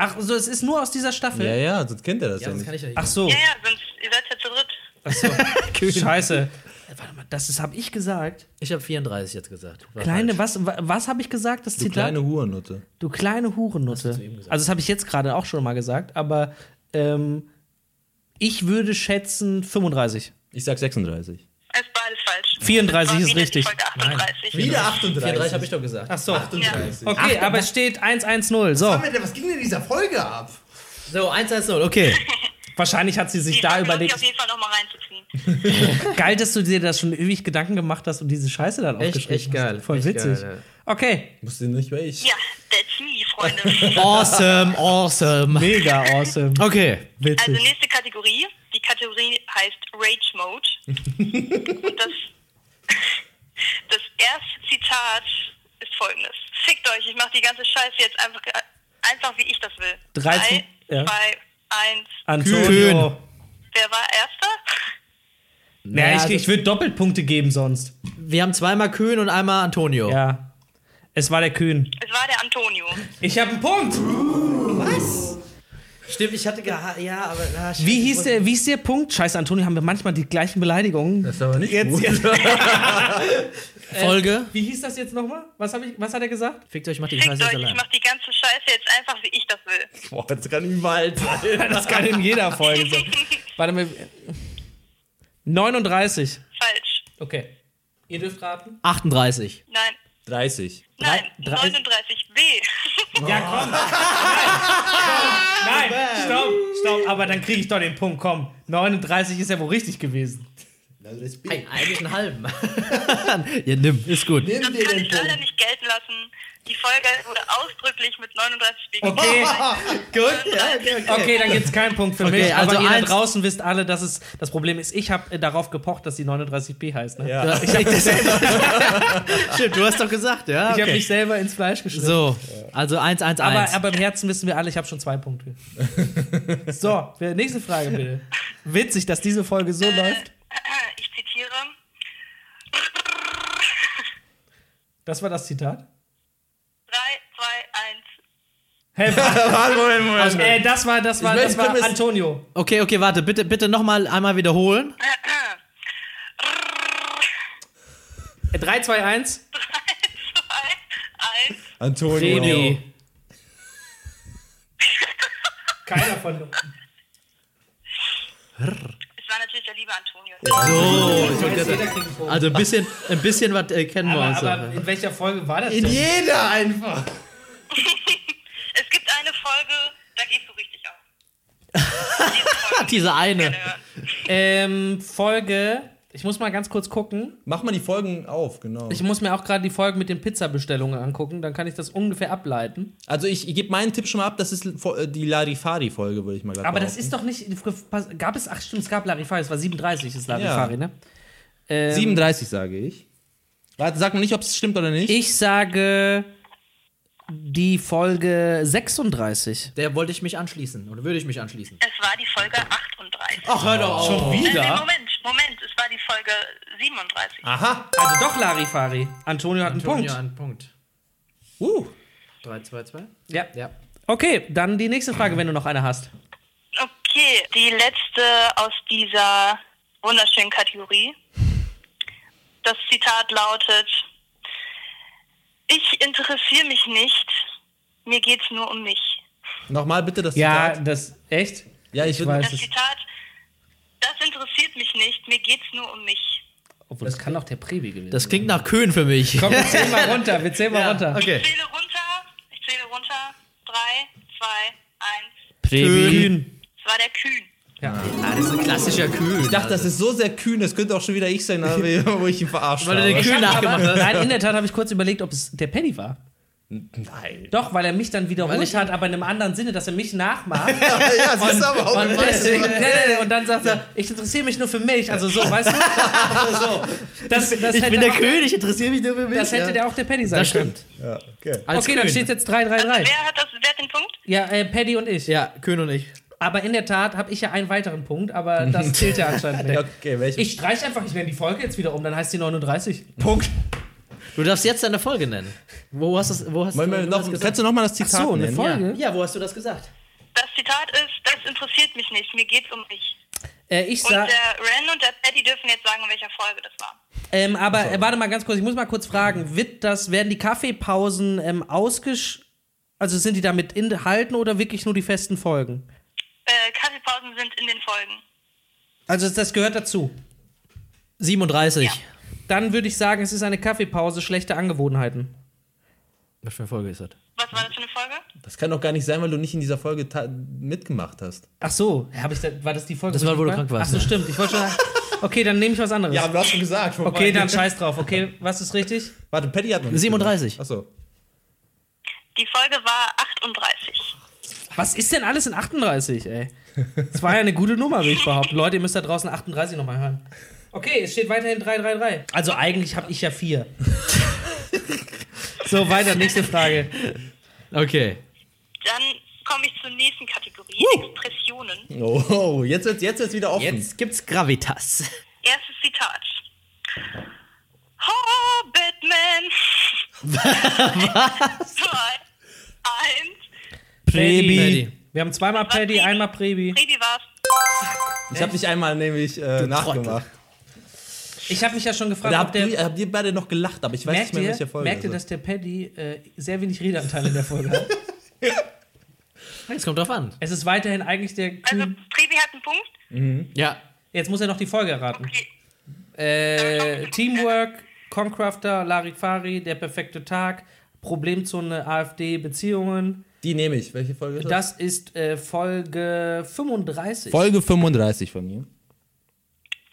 B: Ach, so, es ist nur aus dieser Staffel?
C: Ja, ja, sonst kennt er das ja,
A: Ja, sonst kann
C: nicht.
A: ich ja nicht.
B: Ach so.
E: Ja, ja, sonst ihr seid ja zu dritt.
B: Ach so. Scheiße. Warte mal, das habe ich gesagt.
A: Ich habe 34 jetzt gesagt. War
B: Kleine,
A: falsch.
B: was, wa- was habe ich gesagt? Das
C: Du
B: Zitat?
C: kleine Hurennutte.
B: du kleine Hurennutte. Also, das habe ich jetzt gerade auch schon mal gesagt, aber ähm, ich würde schätzen 35.
C: Ich sag 36.
E: Es war alles falsch.
B: 34
E: Das war
B: ist
E: wieder
B: richtig.
E: Folge 38.
F: Wieder 38.
A: 34 habe ich doch gesagt.
B: Ach so. Okay,
F: 38.
B: aber es steht 1-1-0. So,
F: Was ging denn in dieser Folge ab?
A: So, 1-1-0, okay.
B: wahrscheinlich hat sie sich
E: Die
B: da
E: Folge lohnt sich
B: überlegt.
E: auf jeden Fall nochmal reinzuziehen.
B: Geil, dass du dir das schon ewig Gedanken gemacht hast und diese Scheiße dann
A: Echt,
B: aufgeschrieben
A: echt geil,
B: hast. Voll
A: echt
B: witzig.
A: geil, ja.
B: Okay,
C: Musste nicht mehr ich.
E: Ja, that's me, Freunde.
A: Awesome, awesome.
B: mega awesome.
A: Okay.
E: Also
B: Witzig.
E: nächste Kategorie. Die Kategorie heißt Rage Mode. Und das, das erste Zitat ist folgendes. Fickt euch, ich mache die ganze Scheiße jetzt einfach, einfach wie ich das will.
B: Drei,
E: Drei,
B: zwei, ja.
E: zwei, eins.
B: Antonio.
E: Wer war erster?
B: Naja,
A: Ja,
B: ich, ich würde Doppelpunkte geben sonst.
A: Wir haben zweimal Kühn und einmal Antonio.
B: Ja. Es war der Kühn.
E: Es war der Antonio.
B: Ich habe einen Punkt.
A: Stimmt, ich hatte geha ja, aber na, shit,
B: Wie
A: ich
B: hieß
A: wollte-
B: der, wie hieß der Punkt? Scheiße, Antonio, haben wir manchmal die gleichen Beleidigungen.
C: Das ist aber nicht gut.
A: Folge?
B: Wie hieß das jetzt nochmal? Was, hab ich- was hat er gesagt?
A: Fickt euch, macht die
E: Fickt
A: Scheiße jetzt
E: euch, ich
A: allein.
E: mache die ganze Scheiße jetzt einfach wie ich das will.
C: Boah, jetzt kann ich mal sein.
B: Das kann in jeder Folge sein. Warte mal. 39.
E: Falsch.
B: Okay. Ihr dürft raten.
A: 38.
E: Nein.
C: 30.
E: Nein,
B: Drei- drei-
E: 39 B.
B: Ja, komm. Nein, Nein. stopp, stopp. Aber dann kriege ich doch den Punkt. Komm, 39 ist ja wohl richtig gewesen.
A: Ei, Eigentlich einen halben. ja, nimm, ist gut.
E: Das kann ich leider nicht gelten lassen. Die Folge wurde ausdrücklich mit 39 B
B: Okay,
A: Gut, ja, okay,
B: okay, dann gibt's keinen Punkt für
A: Okay,
B: mich.
A: also
B: aber ihr da
A: eins-
B: draußen wisst alle, dass es das Problem ist. Ich habe äh, darauf gepocht, dass die 39b heißt. Ne?
A: Ja, ich hab das Stimmt, du hast doch gesagt, ja.
B: Ich
A: Okay.
B: habe mich selber ins Fleisch geschnitten.
A: so, also 1, 1, 1.
B: Aber, aber im Herzen wissen wir alle, ich habe schon zwei Punkte. so, wer- nächste Frage bitte. Witzig, dass diese Folge so läuft.
E: Ich zitiere.
B: Das war das Zitat.
E: 3, 2, 1.
B: Hey, warte,
C: Moment, Moment.
B: äh, das war, das war,
C: Also, Ich
B: das
C: möchte
B: war
C: wissen-
B: Antonio.
A: okay, okay, warte, bitte, bitte nochmal einmal wiederholen.
B: 3, 2, 1.
E: 2, 1.
C: Antonio.
B: Keiner von uns.
E: Es war natürlich der liebe Antonio.
A: Also ein bisschen, ein bisschen was äh, kennen wir
B: Aber,
A: uns.
B: aber
A: doch.
B: in welcher Folge war das denn?
F: Jeder einfach.
E: Es gibt eine Folge, da gehst du richtig auf. Diese Folge
A: Ah, Diese eine.
E: gerne hören.
B: Ähm, Folge. Ich muss mal ganz kurz gucken.
C: Mach mal die Folgen auf, genau.
B: Ich muss mir auch gerade die Folge mit den Pizzabestellungen angucken. Dann kann ich das ungefähr ableiten.
C: also ich, ich gebe meinen Tipp schon mal ab, das ist die Larifari-Folge, würde ich mal gerade
B: Aber das ist doch nicht. Gab es. Ach, stimmt, es gab Larifari. Es war 37, ist Larifari,
C: Ja.
B: ne? Ähm,
C: 37 sage ich. Warte, sag mir nicht, ob es stimmt oder nicht.
B: Ich sage die Folge 36.
A: Der wollte ich mich anschließen oder würde ich mich anschließen.
E: Es war die Folge 38.
A: Ach, hör doch auf.
B: Schon
E: Äh, nee, Moment, Moment, es war die Folge 37.
C: Aha.
B: Also doch Larifari. Antonio hat einen
A: Antonio,
B: Punkt.
A: ein Punkt.
C: Uh.
A: 3, 2, 2.
B: Ja.
A: Ja.
B: Okay, dann die nächste Frage, wenn du noch eine hast.
E: Okay, die letzte aus dieser wunderschönen Kategorie. Das Zitat lautet, ich interessiere mich nicht, mir geht's nur um mich.
C: Nochmal bitte das
B: Ja,
C: Zitat.
B: das. Echt?
C: Ja, ich, würde.
B: weiß
E: Das
B: es.
E: Zitat, das interessiert mich nicht, mir geht's nur um mich.
B: Obwohl, das kann auch der Prebi gewesen
A: Das klingt nach Köhn für mich.
B: Komm, wir zählen mal runter, wir zählen mal
A: Ja,
B: runter.
A: Okay.
E: Ich zähle runter, ich zähle runter. Drei, zwei, eins.
B: Kühn.
E: Es war der Kühn.
A: Ah, das ist ein klassischer Kühn.
C: Ich dachte, das ist so sehr kühn, das könnte auch schon wieder ich sein, aber- wo ich ihn verarscht
A: Weil du den
C: habe.
A: Kühn nachgemacht
B: Aber,
A: hast.
B: nein, in der Tat habe ich kurz überlegt, ob es der Penny war.
C: Nein.
B: Doch, weil er mich dann wiederholt
A: Weil ich-
B: hat, aber in einem anderen Sinne, dass er mich nachmacht.
C: Ja, siehst du aber auch.
B: Und,
C: nicht.
B: deswegen, nee, nee, nee, und dann sagt er, ich interessiere mich nur für mich. Also so, weißt du? Also so. Das, das
A: Ich
B: hätte
A: bin der
B: auch,
A: König, ich interessiere mich nur für mich.
B: Das hätte der auch der Penny sein
A: Das
B: können.
A: stimmt.
G: Ja, okay.
A: Als
B: okay, dann
A: Kühn.
B: steht jetzt 3-3-3.
E: Also Wer hat, das, wer hat den Punkt?
B: Ja, äh, Paddy und ich.
A: Ja, Köhn und ich.
B: Aber in der Tat habe ich ja einen weiteren Punkt, aber das zählt ja anscheinend nicht.
C: Okay, welchen?
B: Ich streiche einfach, ich nenne die Folge jetzt wieder um, dann heißt die 39.
C: Punkt.
A: Du darfst jetzt deine Folge nennen. Wo hast, das, wo hast
C: Wollen
A: du
C: wir
A: wo hast
C: noch,
A: du das
C: kannst du nochmal das Zitat
B: so, eine
C: nennen?
B: Folge?
A: gesagt? Ja, wo hast du das gesagt?
E: Das Zitat ist, das interessiert mich nicht, mir geht's um mich.
B: Äh, ich
E: Und
B: sag,
E: der Ren und der Patty dürfen jetzt sagen, in welcher Folge das war.
B: ähm, aber äh, warte mal ganz kurz, ich muss mal kurz fragen, wird das, werden die Kaffeepausen ähm, ausgesch... Also sind die damit enthalten oder wirklich nur die festen Folgen?
E: Äh, Kaffeepausen sind in den Folgen.
B: Also das gehört dazu.
A: 37.
B: Dann würde ich sagen, es ist eine Kaffeepause, schlechte Angewohnheiten.
A: Was für eine Folge ist das?
E: Was war das für eine Folge?
C: Das kann doch gar nicht sein, weil du nicht in dieser Folge ta- mitgemacht hast.
B: Ach so, hab ich da, war das die Folge?
A: Das war, wo du
B: ich
A: krank warst,
B: Ach so,
A: ne?
B: stimmt. Ich wollte schon sagen, okay, dann nehme ich was anderes.
C: du hast schon gesagt.
B: okay, dann scheiß drauf. Okay, was ist richtig?
C: Warte, Patty hat noch nicht
A: 37.
C: gesagt. Achso.
E: Die Folge war 38.
B: Was ist denn alles in 38, ey? Das war ja eine gute Nummer, würde ich behaupten. Leute, ihr müsst da draußen 38 nochmal hören. Okay, es steht weiterhin 333. Also eigentlich habe ich ja 4. so, weiter, nächste Frage.
A: Okay.
E: Dann komme ich zur nächsten Kategorie, Expressionen.
C: Oh, jetzt wird's, jetzt wird's wieder offen.
A: Jetzt gibt's Gravitas.
E: Erstes Zitat. Oh, Batman. Was? Zwei, eins.
B: Prebi. Wir haben zweimal Paddy, einmal Prebi.
E: Redi war's.
C: Ich habe dich einmal nämlich äh, nachgemacht.
B: Ich habe mich ja schon gefragt,
C: Da
B: ob
C: habt,
B: der...
C: ihr, habt ihr beide noch gelacht, aber ich weiß nicht
B: Merkt
C: mehr, in
B: ihr,
C: welcher Folge. also.
B: merkt ihr,
C: das
B: dass der Paddy äh, sehr wenig Redeanteil in der Folge hat?
A: Es kommt drauf an.
B: Es ist weiterhin eigentlich der
E: Also,
B: Kühn.
E: Trevi hat einen Punkt.
A: Ja.
B: Jetzt muss er noch die Folge erraten.
E: Okay.
B: Äh, Teamwork, Concrafter, Larifari, der perfekte Tag, Problemzone, AfD, Beziehungen.
C: ist? Die nehme ich. Welche Folge ist das?
B: Das ist äh, Folge 35.
C: Folge 35 von mir.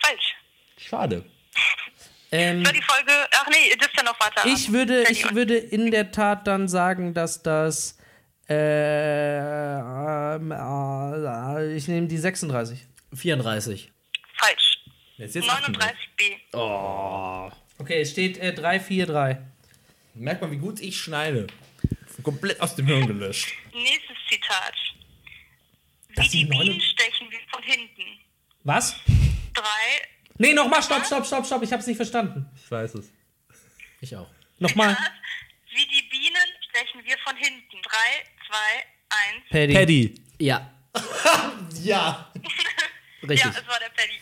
E: Falsch.
C: Schade.
B: Ähm,
E: Das war die Folge. Ach nee, das ist ja noch weiter.
B: ich, würde, ich würde in der Tat dann sagen, dass das. Äh, ähm, äh, ich nehme die 36.
A: 34.
E: Falsch.
C: Jetzt, jetzt
E: 39b.
B: Okay, es steht äh, 343.
C: Merkt man, wie gut ich schneide. Komplett aus dem Hirn gelöscht.
E: Nächstes Zitat. Wie
B: Das
E: die
B: sind neun-
E: Bienen stechen wir von hinten.
B: Was?
E: Drei.
B: Nee, nochmal, stopp, stopp, stopp, stopp, ich hab's nicht verstanden.
C: Ich weiß es.
A: Ich auch.
B: Nochmal.
E: Wie die Bienen stechen wir von hinten. Drei, zwei, eins.
B: Paddy.
C: Paddy.
A: Ja.
C: Ja.
A: Richtig.
E: Ja, es war der Paddy.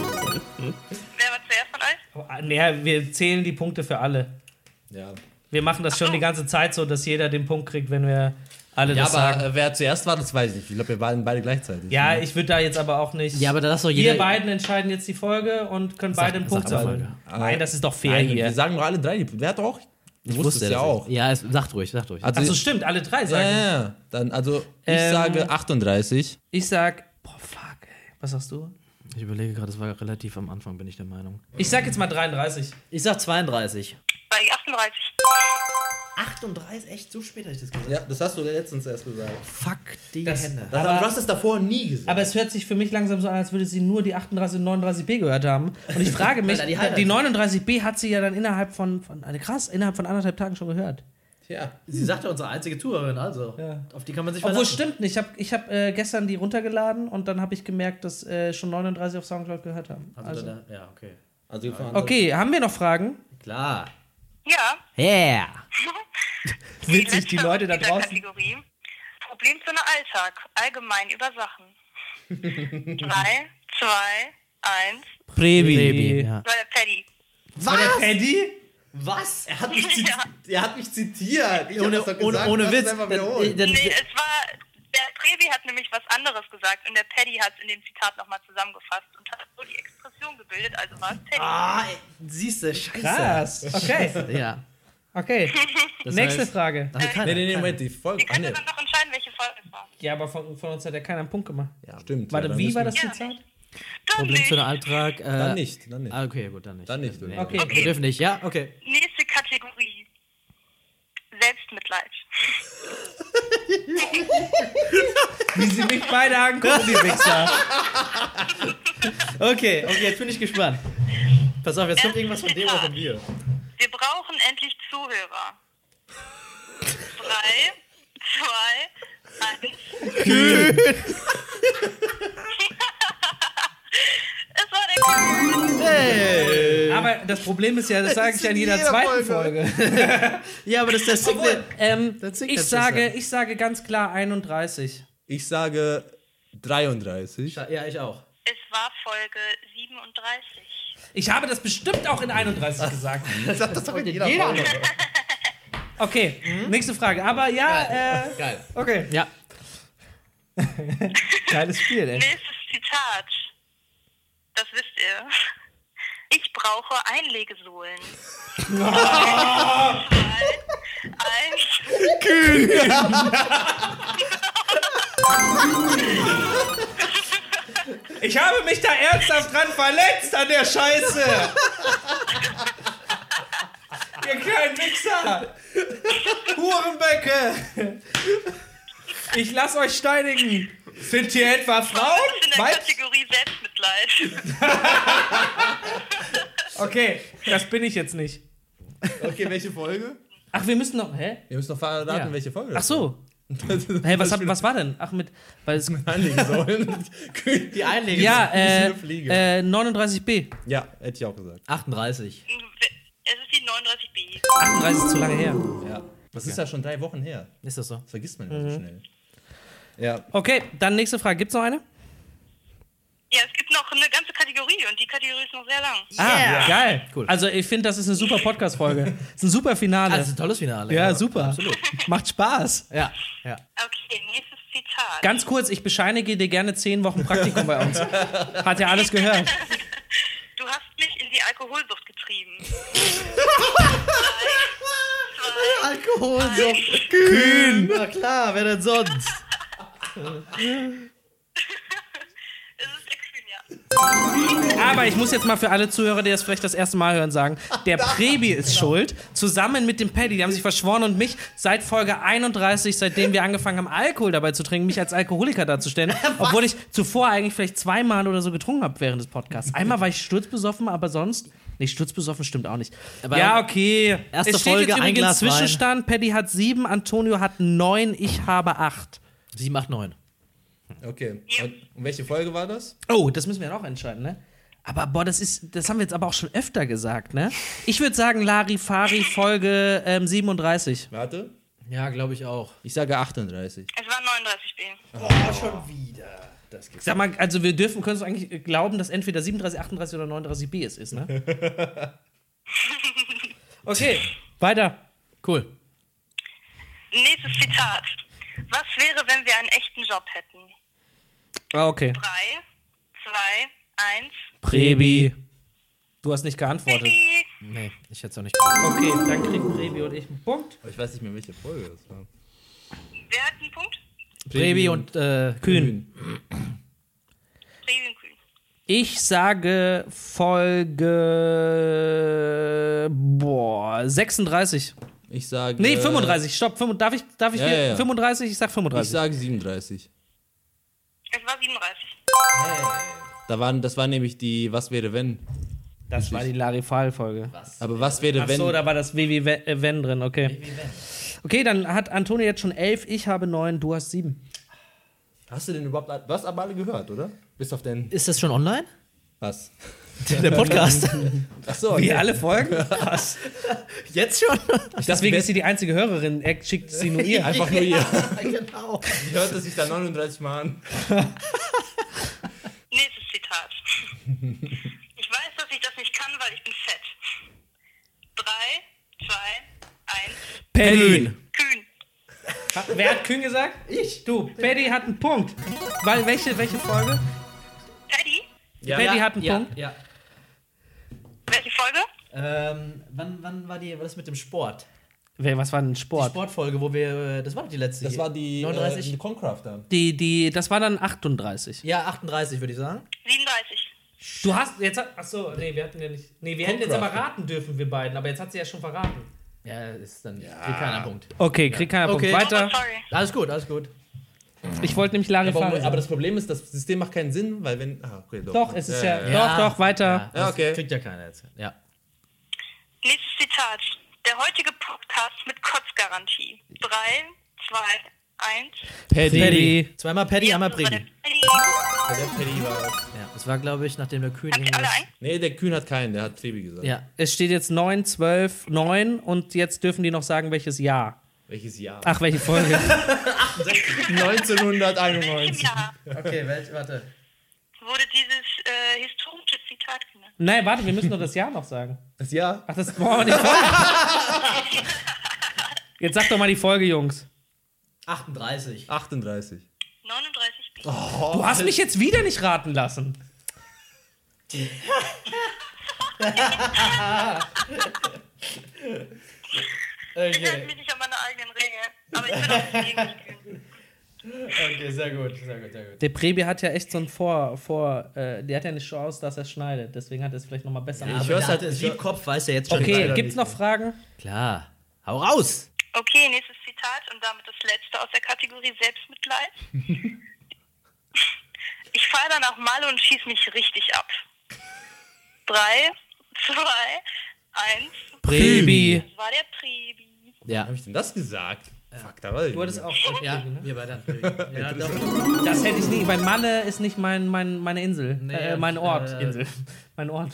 E: Wer war zuerst von euch?
B: Äh, Naja, wir zählen die Punkte für alle.
C: Ja,
B: Wir machen das schon die ganze Zeit so, dass jeder den Punkt kriegt, wenn wir alle das
C: aber
B: sagen.
C: äh, wer zuerst war, das weiß ich nicht. Ich glaube, wir waren beide gleichzeitig.
B: Ja, ich würde da jetzt aber auch nicht.
A: Ja, aber da lass doch jeder-
B: Ihr beiden entscheiden jetzt die Folge und können beide einen Punkt
A: sag mal
B: sammeln.
C: Folge.
B: Nein, das ist doch fair
C: Nein,
B: hier.
C: wir sagen nur alle drei. Wer hat auch? Du wusstest
A: das
C: ja
A: nicht.
C: auch.
A: Ja, es, sagt ruhig, sagt ruhig.
C: Also,
B: Achso, stimmt, alle drei
C: ja,
B: sagen.
A: Äh.
C: ja, ja. Dann, also ich
B: Ähm,
C: sage 38.
B: Ich sag. Boah, fuck, ey. Was sagst du?
A: Ich überlege gerade, das war relativ am Anfang, bin ich der Meinung.
B: Ich sag jetzt mal 33.
A: Ich sag 32.
E: Bei 38.
A: 38? Echt? So spät habe ich das gesagt.
C: Ja, das hast du letztens erst gesagt.
A: Fuck die
B: Das-
A: Hände.
C: Das, du hast es davor nie gesagt.
B: Aber es hört sich für mich langsam so an, als würde sie nur die 38 und 39b gehört haben. Und ich frage
A: Weil
B: mich,
A: da
B: die,
A: die Highlights
B: 39b hat sie ja dann innerhalb von, von eine krass, innerhalb von anderthalb Tagen schon gehört.
C: ja.
A: Sie sagt ja unsere einzige Tourerin, also.
B: Ja.
A: Auf die kann man sich
B: Obwohl
A: verlassen.
B: stimmt nicht. Ich habe ich hab, äh, gestern die runtergeladen und dann habe ich gemerkt, dass äh, schon 39 auf Soundcloud gehört haben.
A: Also,
B: Also.
A: da- Ja, okay.
C: Also, wir fahren
B: Okay, haben wir noch Fragen?
A: Klar.
E: Ja.
A: Yeah.
E: Letzte aus dieser Kategorie. Problemzone Alltag. Allgemein über Sachen. Drei, zwei, eins.
A: Prebi. Ja.
E: Das war der Paddy.
A: Was?
F: Paddy?
A: Was?
F: Er hat mich, zi-
E: Ja.
F: er hat mich zitiert. Ich hab
A: Ohne,
F: das doch
A: ohne,
F: gesagt,
A: ohne
F: lass es
A: Witz.
F: einfach
A: Dann, äh,
F: wiederholen.
A: dann,
E: Nee, es war. Der Trevi hat nämlich was anderes gesagt und der Paddy hat es in dem Zitat nochmal zusammengefasst und hat so die Expression gebildet, also war es Paddy.
A: ah, siehst du, scheiße.
B: Krass. Okay,
A: Ja.
B: okay. Nächste
C: heißt-
B: Frage.
A: Also keiner,
C: Nee, nee, nee,
A: keiner.
C: Moment, die Folge.
E: Wir
C: Ah,
E: können
C: nee.
E: dann noch entscheiden, welche Folge es war.
B: Ja, aber von, von uns hat ja keiner einen Punkt gemacht.
C: Ja, stimmt. ja,
B: Warte,
C: dann
B: wie
C: müssen
B: war
C: wir-
B: das
E: Ja,
B: Zitat?
E: Dann
A: Problem zu
E: nicht.
A: einem Antrag. Äh,
C: Dann nicht, dann nicht.
A: Ah, okay, gut, dann nicht.
C: Dann nicht,
A: Nee,
C: oder?
B: Okay.
A: okay. Wir dürfen nicht, ja? Okay.
E: Nächste Kategorie. Selbstmitleid.
B: Wie sie mich beide angucken, die Wichser.
A: Okay, okay, jetzt bin ich gespannt. Pass auf, jetzt kommt irgendwas von dem oder von mir.
E: Wir brauchen endlich Zuhörer. Drei, zwei, eins. es war der Kühl.
B: Aber das Problem ist ja, das sage ich ja in jeder zweiten Folge.
A: Ja, aber das ist der Signal.
B: Ähm,
A: Dann singt
B: ich,
A: das
B: sage,
A: besser.
B: ich sage ganz klar 31.
C: Ich sage 33.
A: Ja, ich auch.
E: Es war Folge 37.
B: Ich habe das bestimmt auch in 31 gesagt.
F: Das sagt das doch in jeder
A: Jeder.
F: Folge.
B: Okay, nächste Frage. Aber ja, äh,
F: Geil.
B: okay.
A: Ja.
B: Geiles Spiel, ey.
E: Nächstes Zitat. Das wisst ihr. Ich brauche Einlegesohlen. Drei, zwei, eins.
B: Ich habe mich da ernsthaft dran verletzt an der Scheiße. Ihr kleinen Mixer. Hurenböcke. Ich lass euch steinigen. Sind hier etwa Frauen?
E: Das ist in der
B: Weib-
E: Kategorie Selbstmitleid.
B: Okay, das bin ich jetzt nicht.
C: Okay, welche Folge?
B: Ach, wir müssen noch. Hä?
C: Ihr müsst noch verraten,
B: Ja.
C: welche Folge
B: Ach so. Hä, was, hab, was war denn? Ach, mit. Weil es,
C: anlegen
B: Äh,
C: sollen.
A: Die Einlegung.
B: ja, äh,
C: eine Fliege.
B: äh, 39b.
C: ja, hätte ich auch gesagt.
A: 38.
E: Es ist die 39b.
B: 38 ist zu lange her.
C: Ja. Das ist ja schon drei Wochen her.
A: Ist das so?
C: Das vergisst man ja so
B: Mhm.
C: schnell. Ja,
B: Okay, dann nächste Frage. Gibt's noch eine?
E: Ja, es gibt noch eine ganze Kategorie und die Kategorie ist noch sehr lang.
B: Ah, geil.
A: Cool.
B: Also ich finde, das ist eine super Podcast-Folge. Das ist ein super Finale.
A: Also ein tolles Finale.
B: ja, super. Macht Spaß.
A: Ja, ja.
E: Okay, nächstes Zitat.
B: Ganz kurz, ich bescheinige dir gerne zehn Wochen Praktikum bei uns. Hat ja alles gehört.
E: Du hast mich in die Alkoholsucht getrieben.
A: Alkohol. Kühn. Na klar, wer denn sonst?
E: Es ist der Kühner.
B: Aber ich muss jetzt mal für alle Zuhörer, die das vielleicht das erste Mal hören, sagen, der Prebi ist schuld, zusammen mit dem Paddy. Die haben sich verschworen und mich seit Folge 31, seitdem wir angefangen haben, Alkohol dabei zu trinken, mich als Alkoholiker darzustellen. Obwohl ich zuvor eigentlich vielleicht zweimal oder so getrunken habe während des Podcasts. Einmal war ich sturzbesoffen, aber sonst... Nee, sturzbesoffen stimmt auch nicht.
A: Aber-
B: ja, okay.
A: Erste
B: es steht
A: Folge,
B: jetzt
A: ein
B: übrigens
A: Glas Wein.
B: Zwischenstand. Paddy hat sieben, Antonio hat neun, ich habe acht.
A: 7, 8, 9.
C: okay. Und, und welche Folge war das?
B: Oh, das müssen wir noch entscheiden, ne? Aber boah, das ist, das haben wir jetzt aber auch schon öfter gesagt, ne? Ich würde sagen, Larifari Folge ähm, 37.
C: Warte.
A: Ja, glaube ich auch.
C: Ich sage 38.
E: Es war 39b.
B: Sag mal, also wir dürfen, können uns eigentlich glauben, dass entweder 37, 38 oder 39b es ist, ne? Okay, weiter.
A: Cool.
E: Nächstes Zitat. Was wäre, wenn wir einen echten Job hätten?
B: Ah, okay.
E: Drei, zwei, eins.
B: Prebi. Du hast nicht geantwortet.
E: Piep.
A: Nee, ich hätte es auch nicht.
B: Okay, dann kriegen Prebi und ich einen Punkt.
C: Aber ich weiß nicht mehr, welche Folge das war.
E: Wer hat einen Punkt?
A: Brevi und äh,
B: Kühn.
E: Regenkühl.
B: Ich sage Folge boah, 36.
C: Ich sage.
B: Nee, 35. Stopp, 35, darf ich, darf ich
C: Ja,
B: hier?
C: ja, ja.
B: 35? Ich sag
C: Ich
B: 35.
C: sage 37.
E: Es war 37.
C: Da waren, das war nämlich die Was wäre wenn.
B: das war die Larifal-Folge.
C: Aber was wäre wenn.
B: Achso, da war das WW We- äh, Wenn drin, okay. Okay, dann hat Antonio jetzt schon 11, ich habe 9, du hast 7.
C: Hast du denn überhaupt. Du hast aber alle gehört, oder? Bis auf den.
A: Ist das schon online?
C: Was?
A: Der Podcast.
C: Achso,
B: Wie alle Folgen? Krass.
A: Jetzt schon?
B: Deswegen ist sie die einzige Hörerin. Er schickt sie nur ihr.
C: Einfach nur ihr.
A: genau.
C: Die hört es sich da 39 Mal an.
E: Nächstes Zitat. Ich weiß, dass ich das nicht kann, weil ich bin fett. Drei, zwei, eins.
B: Paddy.
E: Kühn.
B: Wer hat Kühn gesagt? Ich. Du. Paddy hat einen Punkt. Weil welche, welche Folge?
E: Teddy?
C: Ja.
B: Paddy hat einen Punkt.
A: Ja.
E: Welche Folge?
A: Ähm, wann, wann war die, war das mit dem Sport?
B: Wer, was war denn Sport?
A: Die Sportfolge, wo wir, äh, das war doch die letzte.
C: Das
A: hier.
C: war die
A: 39?
C: Äh, die Concrafter.
B: Die, die, das war dann 38.
A: ja, 38 würde ich sagen.
E: 37.
B: Du hast jetzt. Hat, achso, nee, wir hatten ja nicht. Nee, wir hätten jetzt aber raten dürfen, wir beiden. Aber jetzt hat sie ja schon verraten.
A: Ja, ist dann kriegt keiner Punkt.
B: Okay, krieg keiner
A: Okay.
B: Punkt.
E: Oh,
B: Weiter.
E: sorry.
A: Alles gut, alles gut.
B: Ich wollte nämlich
C: Aber,
B: Larifari.
C: aber das Problem ist, das System macht keinen Sinn, weil wenn. Ah, okay,
B: doch, es ist ja.
A: Ja.
B: Doch, doch, weiter.
A: Ja, das
C: okay.
A: Kriegt ja keiner jetzt. Ja.
E: Nächstes Zitat. Der heutige Podcast mit Kotzgarantie. Drei, zwei, eins.
B: Paddy.
A: Zweimal Paddy, einmal Brady.
E: Teddy.
C: Ja, der Paddy war.
A: Ja, das war, glaube ich, nachdem der Kühn.
E: Habt ihr alle
A: irgendwas-
E: ein?
C: Nee, der Kühn hat keinen, der hat Trebi gesagt.
A: Ja.
B: Es steht jetzt 9, 12, 9 und jetzt dürfen die noch sagen, welches Jahr.
C: Welches Jahr?
B: Ach, welche Folge.
C: 1991.
E: Ja.
A: Okay, welch, warte.
E: Wurde dieses äh, historische Zitat genannt?
B: Nein, warte, wir müssen doch das Jahr noch sagen.
C: Das Jahr?
B: Ach, das wollen wir nicht sagen. Jetzt sag doch mal die Folge, Jungs.
A: 38.
C: 38.
E: 39 B.
C: Oh,
B: Du hast mich jetzt wieder nicht raten lassen.
E: Ich halte mich nicht an meine eigenen Regeln. Aber ich bin auch nicht gegen
A: Okay, sehr gut, sehr gut, sehr gut.
B: Der Prebi hat ja echt so ein Vor... vor äh, der hat ja eine Chance, dass er schneidet. Deswegen hat er es vielleicht nochmal besser
C: Ich
A: Ich
C: hör's
A: hör's
C: halt-
A: halt,
C: ich hör-
A: Siebkopf weiß ja jetzt schon.
B: Okay,
A: leider
B: gibt's noch Fragen?
A: nicht. Klar. Hau raus!
E: Okay, nächstes Zitat und damit das letzte aus der Kategorie Selbstmitleid. ich fahre dann nach Malle und schieß mich richtig ab. Drei, zwei, eins.
B: Prebi.
E: Das war der Prebi.
A: Ja.
C: Hab ich denn das gesagt? Fuck, da war ich.
B: Du hattest auch...
A: Ja,
B: ne?
A: wir beide. Ja, doch.
B: Das hätte ich nie. Bei Malle ist nicht mein, mein, meine Insel.
A: Nee,
B: äh, mein Ort.
A: äh,
B: Insel. Mein Ort.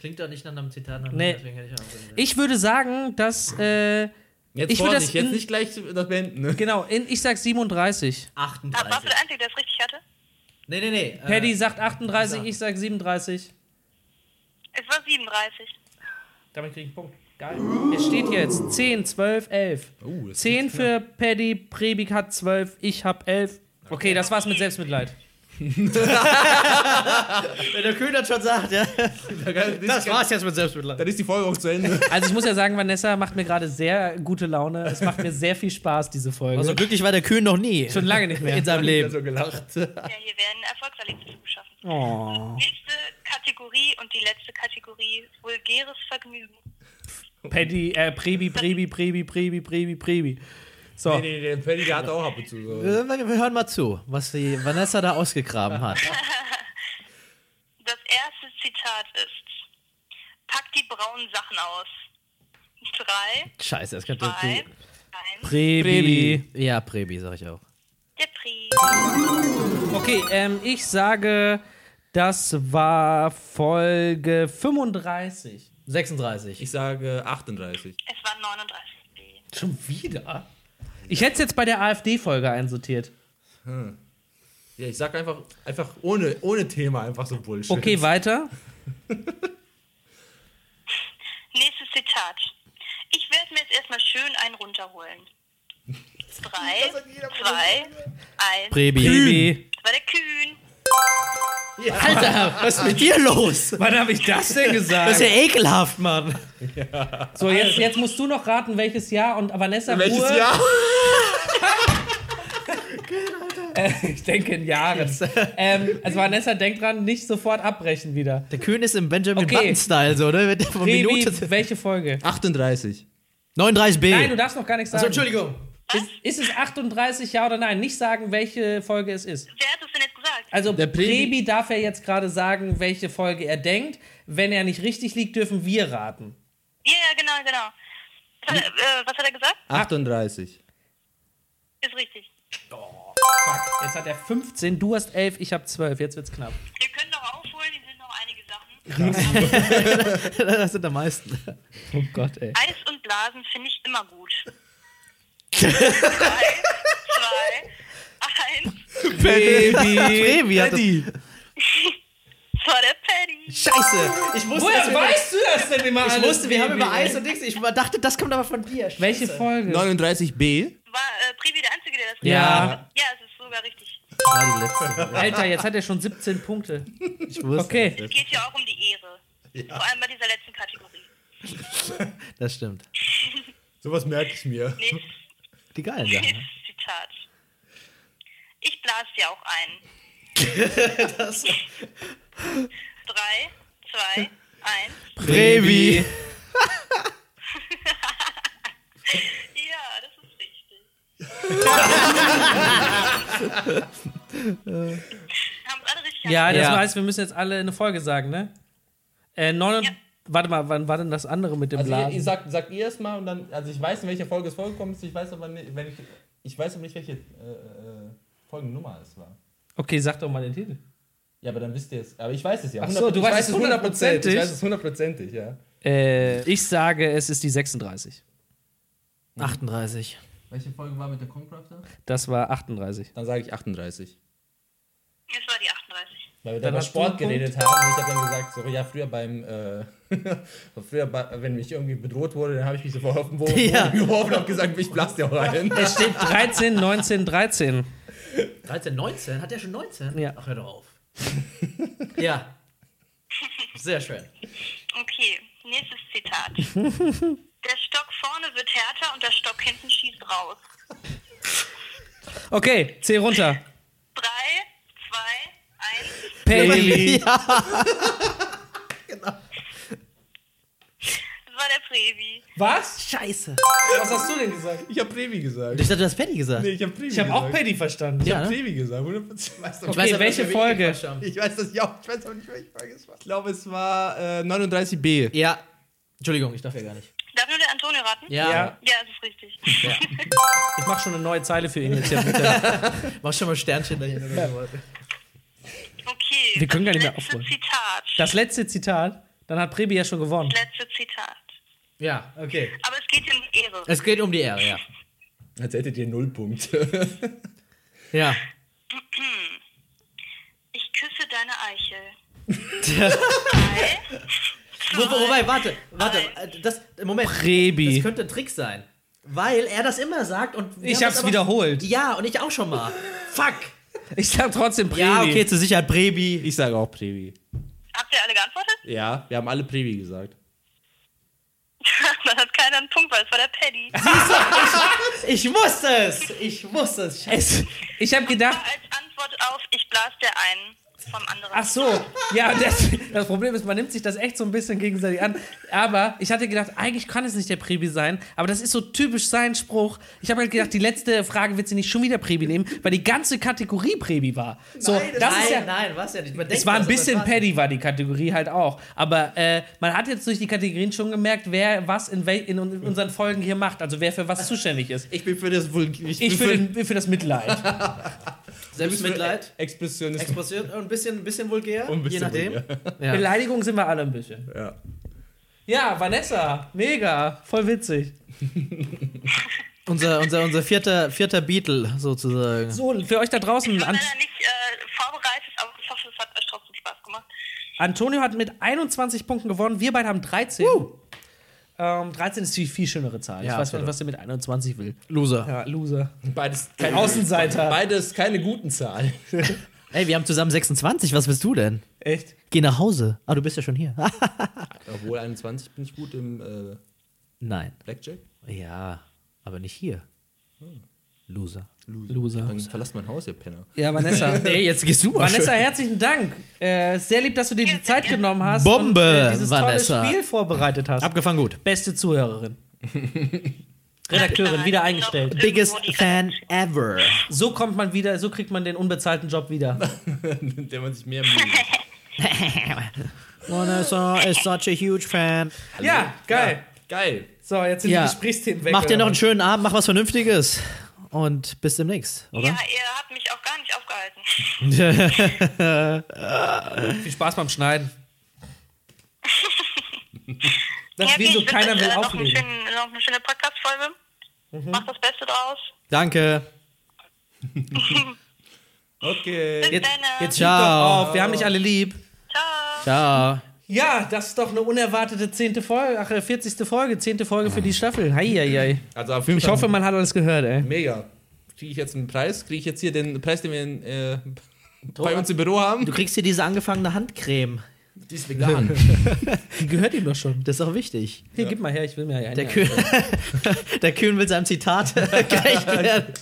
A: Klingt doch nicht nach einem Zitat. Nach
B: Nee.
A: Deswegen hätte ich auch
B: Ich würde sagen, dass. Äh,
C: Jetzt
B: Ich
C: ich
B: würd das
C: vorsicht, jetzt
B: in-
C: nicht gleich das beenden. Ne?
B: genau, in, ich sag 37.
E: Ah, warst du
A: 38.
E: der Einzige, der es richtig hatte?
A: Nee, nee, nee. äh,
B: Paddy sagt 38,
A: sag-
B: ich sag 37.
E: Es war 37.
B: Damit krieg ich einen Punkt. Geil. Es steht hier jetzt 10, 12, 11.
A: Oh,
C: Uh, das
B: 10 für Paddy, Prebik hat 12, ich hab 11. Okay, das war's mit Selbstmitleid.
A: Wenn der Kühn das schon sagt, ja.
C: Das war's.
A: jetzt mit Selbstmitleid.
C: Dann ist die Folge auch zu Ende.
B: Also ich muss ja sagen, Vanessa macht mir gerade sehr gute Laune. Es macht mir sehr viel Spaß, diese Folge.
A: Also glücklich war der Kühn noch nie.
B: Schon lange nicht mehr.
A: in seinem Leben.
C: so gelacht.
E: Ja, hier werden Erfolgserlebnisse geschaffen.
B: Oh.
E: Nächste Kategorie und die letzte Kategorie, vulgäres Vergnügen.
B: Paddy, äh, Prebi, Prebi, Prebi, Prebi, Prebi, Prebi. So,
C: Nee, nee, der Paddy, der hat auch ab und zu so.
A: Äh, Wir wir hören mal zu, was die Vanessa da ausgegraben hat.
E: Das erste Zitat ist, pack die braunen Sachen aus. Drei,
A: Scheiße, das könnte
E: zwei,
A: du.
E: eins.
B: Prebi.
A: Ja, Prebi, sag ich auch.
E: Der Pri.
B: Okay, ähm, ich sage, das war Folge 35.
A: 36.
C: Ich sage äh, 38.
E: Es war 39 B.
B: Schon wieder? Ich hätte es jetzt bei der AfD-Folge einsortiert.
C: Ja, ich sag einfach, einfach ohne, ohne Thema einfach so Bullshit.
B: Okay, weiter.
E: Nächstes Zitat. Ich werde mir jetzt erstmal schön einen runterholen. Drei, zwei, eins.
A: Prebi.
B: Prebi.
E: Das war der Kühn.
A: Alter, was ist mit dir los?
B: Wann habe ich das denn
A: Das ist ja
B: gesagt?
A: ekelhaft, Mann.
B: So, jetzt, jetzt musst du noch raten, welches Jahr und Vanessa
C: Welches
B: Ruhe.
C: Jahr?
B: Äh, Ich denke in Jahren. ähm, also Vanessa, denk dran, nicht sofort abbrechen wieder.
A: Der Kühn ist im Benjamin
B: Okay.
A: Button-Style, so, ne? Mit der von
B: Prebi,
A: Minute. zu-
B: welche Folge?
C: 38.
A: 39b.
B: Nein, du darfst noch gar nichts sagen.
A: so, Also, Entschuldigung.
B: Ist, ist es 38 ja oder nein? Nicht sagen, welche Folge es ist.
E: Wer hat es denn jetzt gesagt?
B: Also
C: Der
B: Prebi,
C: Prebi-
B: darf ja jetzt gerade sagen, welche Folge er denkt. Wenn er nicht richtig liegt, dürfen wir raten.
E: Ja, ja, genau, genau. Was hat, er, äh, was hat er gesagt?
C: 38.
E: Ist richtig.
B: Jetzt hat er 15, du hast 11, ich habe 12. Jetzt wird's knapp.
A: Oh
E: Wir können noch aufholen, hier sind noch einige Sachen.
A: das sind am meisten.
B: Oh Gott, ey.
E: Eis und Blasen finde ich immer gut. Drei, zwei, eins.
A: Baby. Baby hat das.
E: Das war der Paddy.
A: Scheiße. Ich wusste, dass wir,
B: weißt du das denn immer
A: ich wusste, wir haben über Eis und Dings. Ich dachte, das kommt aber von dir.
B: Welche
C: 39b.
B: Folge?
E: War äh, Privi der Einzige, der das
B: Ja.
E: gemacht hat? Ja, es ist sogar richtig.
A: Ah,
B: Alter, jetzt hat er schon 17 Punkte.
A: Ich wusste.
B: Okay.
E: Es geht ja auch um die Ehre. Vor allem bei dieser letzten Kategorie.
A: Das stimmt.
C: Sowas merke ich mir.
E: Nächstes
A: Die geilen Sachen.
E: Zitat. Ich blase dir auch ein. Drei, zwei, eins.
A: Brevi.
E: Ja, das ist richtig. Haben es alle richtig
B: Ja, das
A: Ja.
B: heißt, wir müssen jetzt alle eine Folge sagen, ne? Äh, neun,
E: Ja.
B: Warte mal, wann war denn das andere mit dem
C: Also ihr,
B: Blasen?
C: ihr sagt, sagt ihr es mal und dann, also ich weiß, in welcher Folge es vorgekommen ist, ich weiß aber nicht, wenn ich, ich weiß aber nicht, welche äh, äh, Folgennummer es war.
B: okay, sag doch mal den Titel.
C: Ja, aber dann wisst ihr es. Aber ich weiß es ja.
B: Ach so, du
C: ich
B: weißt
C: weiß
B: es hundertprozentig.
C: Ich weiß es hundertprozentig, ja.
B: Äh, ich sage, es ist die 36.
A: 38.
C: Welche Folge war mit der Concrafter?
B: Das war 38.
C: Dann sage ich 38.
E: Es war die 38.
C: Weil wir
B: Dann
C: dann über
B: hast du
C: Sport
B: einen Punkt.
C: geredet haben und ich habe dann gesagt, so, ja, früher beim, äh, früher, bei, wenn mich irgendwie bedroht wurde, dann habe ich mich sofort auf den Boden
A: Ja.
C: Boden geworfen und habe gesagt, ich blast dir auch rein.
B: Es steht 13, 19, 13.
A: 13, 19? Hat er schon 19?
B: Ja.
A: Ach, hör doch auf. ja. Sehr schön.
E: Okay, nächstes Zitat. Der Stock vorne wird härter und der Stock hinten schießt raus.
B: Okay, C runter.
E: Drei, zwei, eins.
B: Baby.
E: Es war der Previ.
B: Was?
A: Scheiße.
B: Was hast du denn gesagt?
C: Ich habe Previ gesagt.
A: Ich dachte, du hast Patty gesagt.
C: Nee, ich habe Previ
B: Ich habe auch Paddy verstanden.
A: Ja, ne?
C: Previ gesagt, 100%. Weißt du,
A: Ich
B: Okay,
A: aber,
B: welche
A: dass wir
B: Folge?
A: wenig gequatscht haben.
C: Ich weiß das ja auch, ich weiß aber nicht, welche Folge es war. Ich glaube, es war äh, 39b.
A: Ja. Entschuldigung, ich darf ja gar nicht.
E: Darf nur der Antonio raten?
A: Ja.
B: Ja.
E: Ja, es ist richtig.
B: Ich mache schon eine neue Zeile für ihn jetzt hier.
A: Mach schon mal Sternchen dahin oder sowas.
E: Okay.
B: Wir können
E: das
B: gar nicht mehr
E: letzte
B: aufholen.
E: Zitat.
B: Das letzte Zitat, dann hat Prebi ja schon gewonnen.
E: letzte Zitat.
A: Ja, okay.
E: Aber es geht um die Ehre.
A: Es geht um die Ehre, ja.
C: Als hättet ihr Nullpunkte.
A: Ja.
E: Ich küsse deine Eichel.
A: Wo, wo, wobei, warte, warte. äh, Das, Moment.
B: Prebi.
A: Das könnte ein Trick sein. Weil er das immer sagt und. wir
B: Ich
A: haben
B: hab's
A: das aber-
B: wiederholt.
A: Ja, und ich auch schon mal. Fuck.
B: Ich sag trotzdem Prebi.
A: Ja, okay, zur Sicherheit Brebi.
C: Ich sage auch Previ.
E: Habt ihr alle geantwortet?
C: Ja, wir haben alle Previ gesagt.
E: Dann hat keiner einen Punkt, weil es war der Paddy.
A: Ich wusste es. Ich wusste es. Scheiße.
B: Es, ich habe gedacht,
E: Als Antwort auf Ich blas dir ein vom anderen.
B: Ach so, ja, das, das Problem ist, man nimmt sich das echt so ein bisschen gegenseitig an. Aber ich hatte gedacht, eigentlich kann es nicht der Prebi sein, aber das ist so typisch sein Spruch. Ich habe halt gedacht, die letzte Frage wird sie nicht schon wieder Prebi nehmen, weil die ganze Kategorie Prebi war. So, das
A: nein,
B: ist ja.
A: nein, was ja nicht. Man denkt
B: Es war ein
A: das, aber
B: bisschen
A: es war-
B: Paddy, war die Kategorie halt auch. Aber äh, man hat jetzt durch die Kategorien schon gemerkt, wer was in, wel in un- unseren Folgen hier macht, also wer für was zuständig ist.
C: Ich bin für das Vulgär.
B: Ich für, den, für das Mitleid.
A: Selbstmitleid,
C: Expressionist.
A: Expression, ein bisschen, ein bisschen vulgär,
C: ein bisschen
A: je nachdem. Ja.
B: Beleidigung sind wir alle ein bisschen.
C: Ja.
B: Ja, Vanessa, mega, voll witzig.
A: Unser, unser, unser vierter, vierter Beatle sozusagen.
B: So, für euch da draußen,
E: Ich war
B: An
E: leider nicht äh, vorbereitet, aber ich hoffe, es hat euch trotzdem Spaß gemacht.
B: Antonio hat mit 21 Punkten gewonnen, wir beide haben 13. Ähm, 13 ist die viel schönere Zahl.
A: Ja,
B: ich weiß nicht,
A: absolut.
B: was er mit 21 will.
A: Loser.
B: Ja, Loser.
C: Beides keine,
B: Außenseiter.
C: beides keine guten Zahlen.
A: Ey, wir haben zusammen 26, was willst du denn?
B: Echt?
A: Geh nach Hause. Ah, du bist ja schon hier.
C: Obwohl 21 bin ich gut im äh,
A: Nein.
C: Blackjack.
A: Ja, aber nicht hier. Hm. Loser.
B: Loser.
C: Dann verlasst mein Haus, ihr Penner.
B: Ja, Vanessa.
A: Ey, jetzt gehst du mal.
B: Vanessa, herzlichen Dank. Äh, sehr lieb, dass du dir die Zeit genommen hast.
A: Bombe,
B: und, äh, dieses
A: Vanessa.
B: tolle Spiel vorbereitet hast.
A: Abgefangen gut.
B: Beste Zuhörerin. Redakteurin, wieder eingestellt.
A: Biggest
E: Irgendwo die-
A: Fan ever.
B: So kommt man wieder, so kriegt man den unbezahlten Job wieder.
C: Der man sich mehr Mühe gibt.
A: Vanessa is such a huge fan.
B: Ja, geil.
C: Geil.
B: So, jetzt sind
A: Ja.
B: die Gesprächsthemen weg.
A: Mach dir
B: oder
A: noch einen
B: was?
A: schönen Abend, mach was Vernünftiges. Und bis demnächst, oder?
E: Ja, ihr habt mich auch gar nicht aufgehalten.
B: Viel Spaß beim Schneiden. Das
E: Ja, okay,
B: Wieso
E: ich wünsche
B: keiner
E: euch,
B: will Mhm.
E: äh, noch, einen
B: aufregen.
E: schönen, noch eine schöne Podcast-Folge. Macht das Beste draus.
A: Danke.
C: Okay.
E: Bis
B: Jetzt-
E: dann. äh.
A: Jetzt
B: Ciao.
A: ciao.
B: Auf, wir haben dich alle lieb.
E: Ciao.
A: Ciao.
B: Ja, das ist doch eine unerwartete zehnte Folge, ach, äh, 40. Folge, zehnte Folge für die Staffel. Hei, hei, hei.
C: Also auf jeden
B: Ich
C: Fall
B: hoffe, man hat alles gehört, ey.
C: mega. Kriege ich jetzt einen Preis? Kriege ich jetzt hier den Preis, den wir in, äh, bei uns im Büro haben?
A: Du kriegst hier diese angefangene Handcreme.
C: Die ist vegan.
B: Die gehört ihm doch schon.
A: Das ist auch wichtig.
B: Hier, gib mal her, ich will mir ja eine.
A: Der, Kühn, der Kühn will seinem Zitat gerecht werden.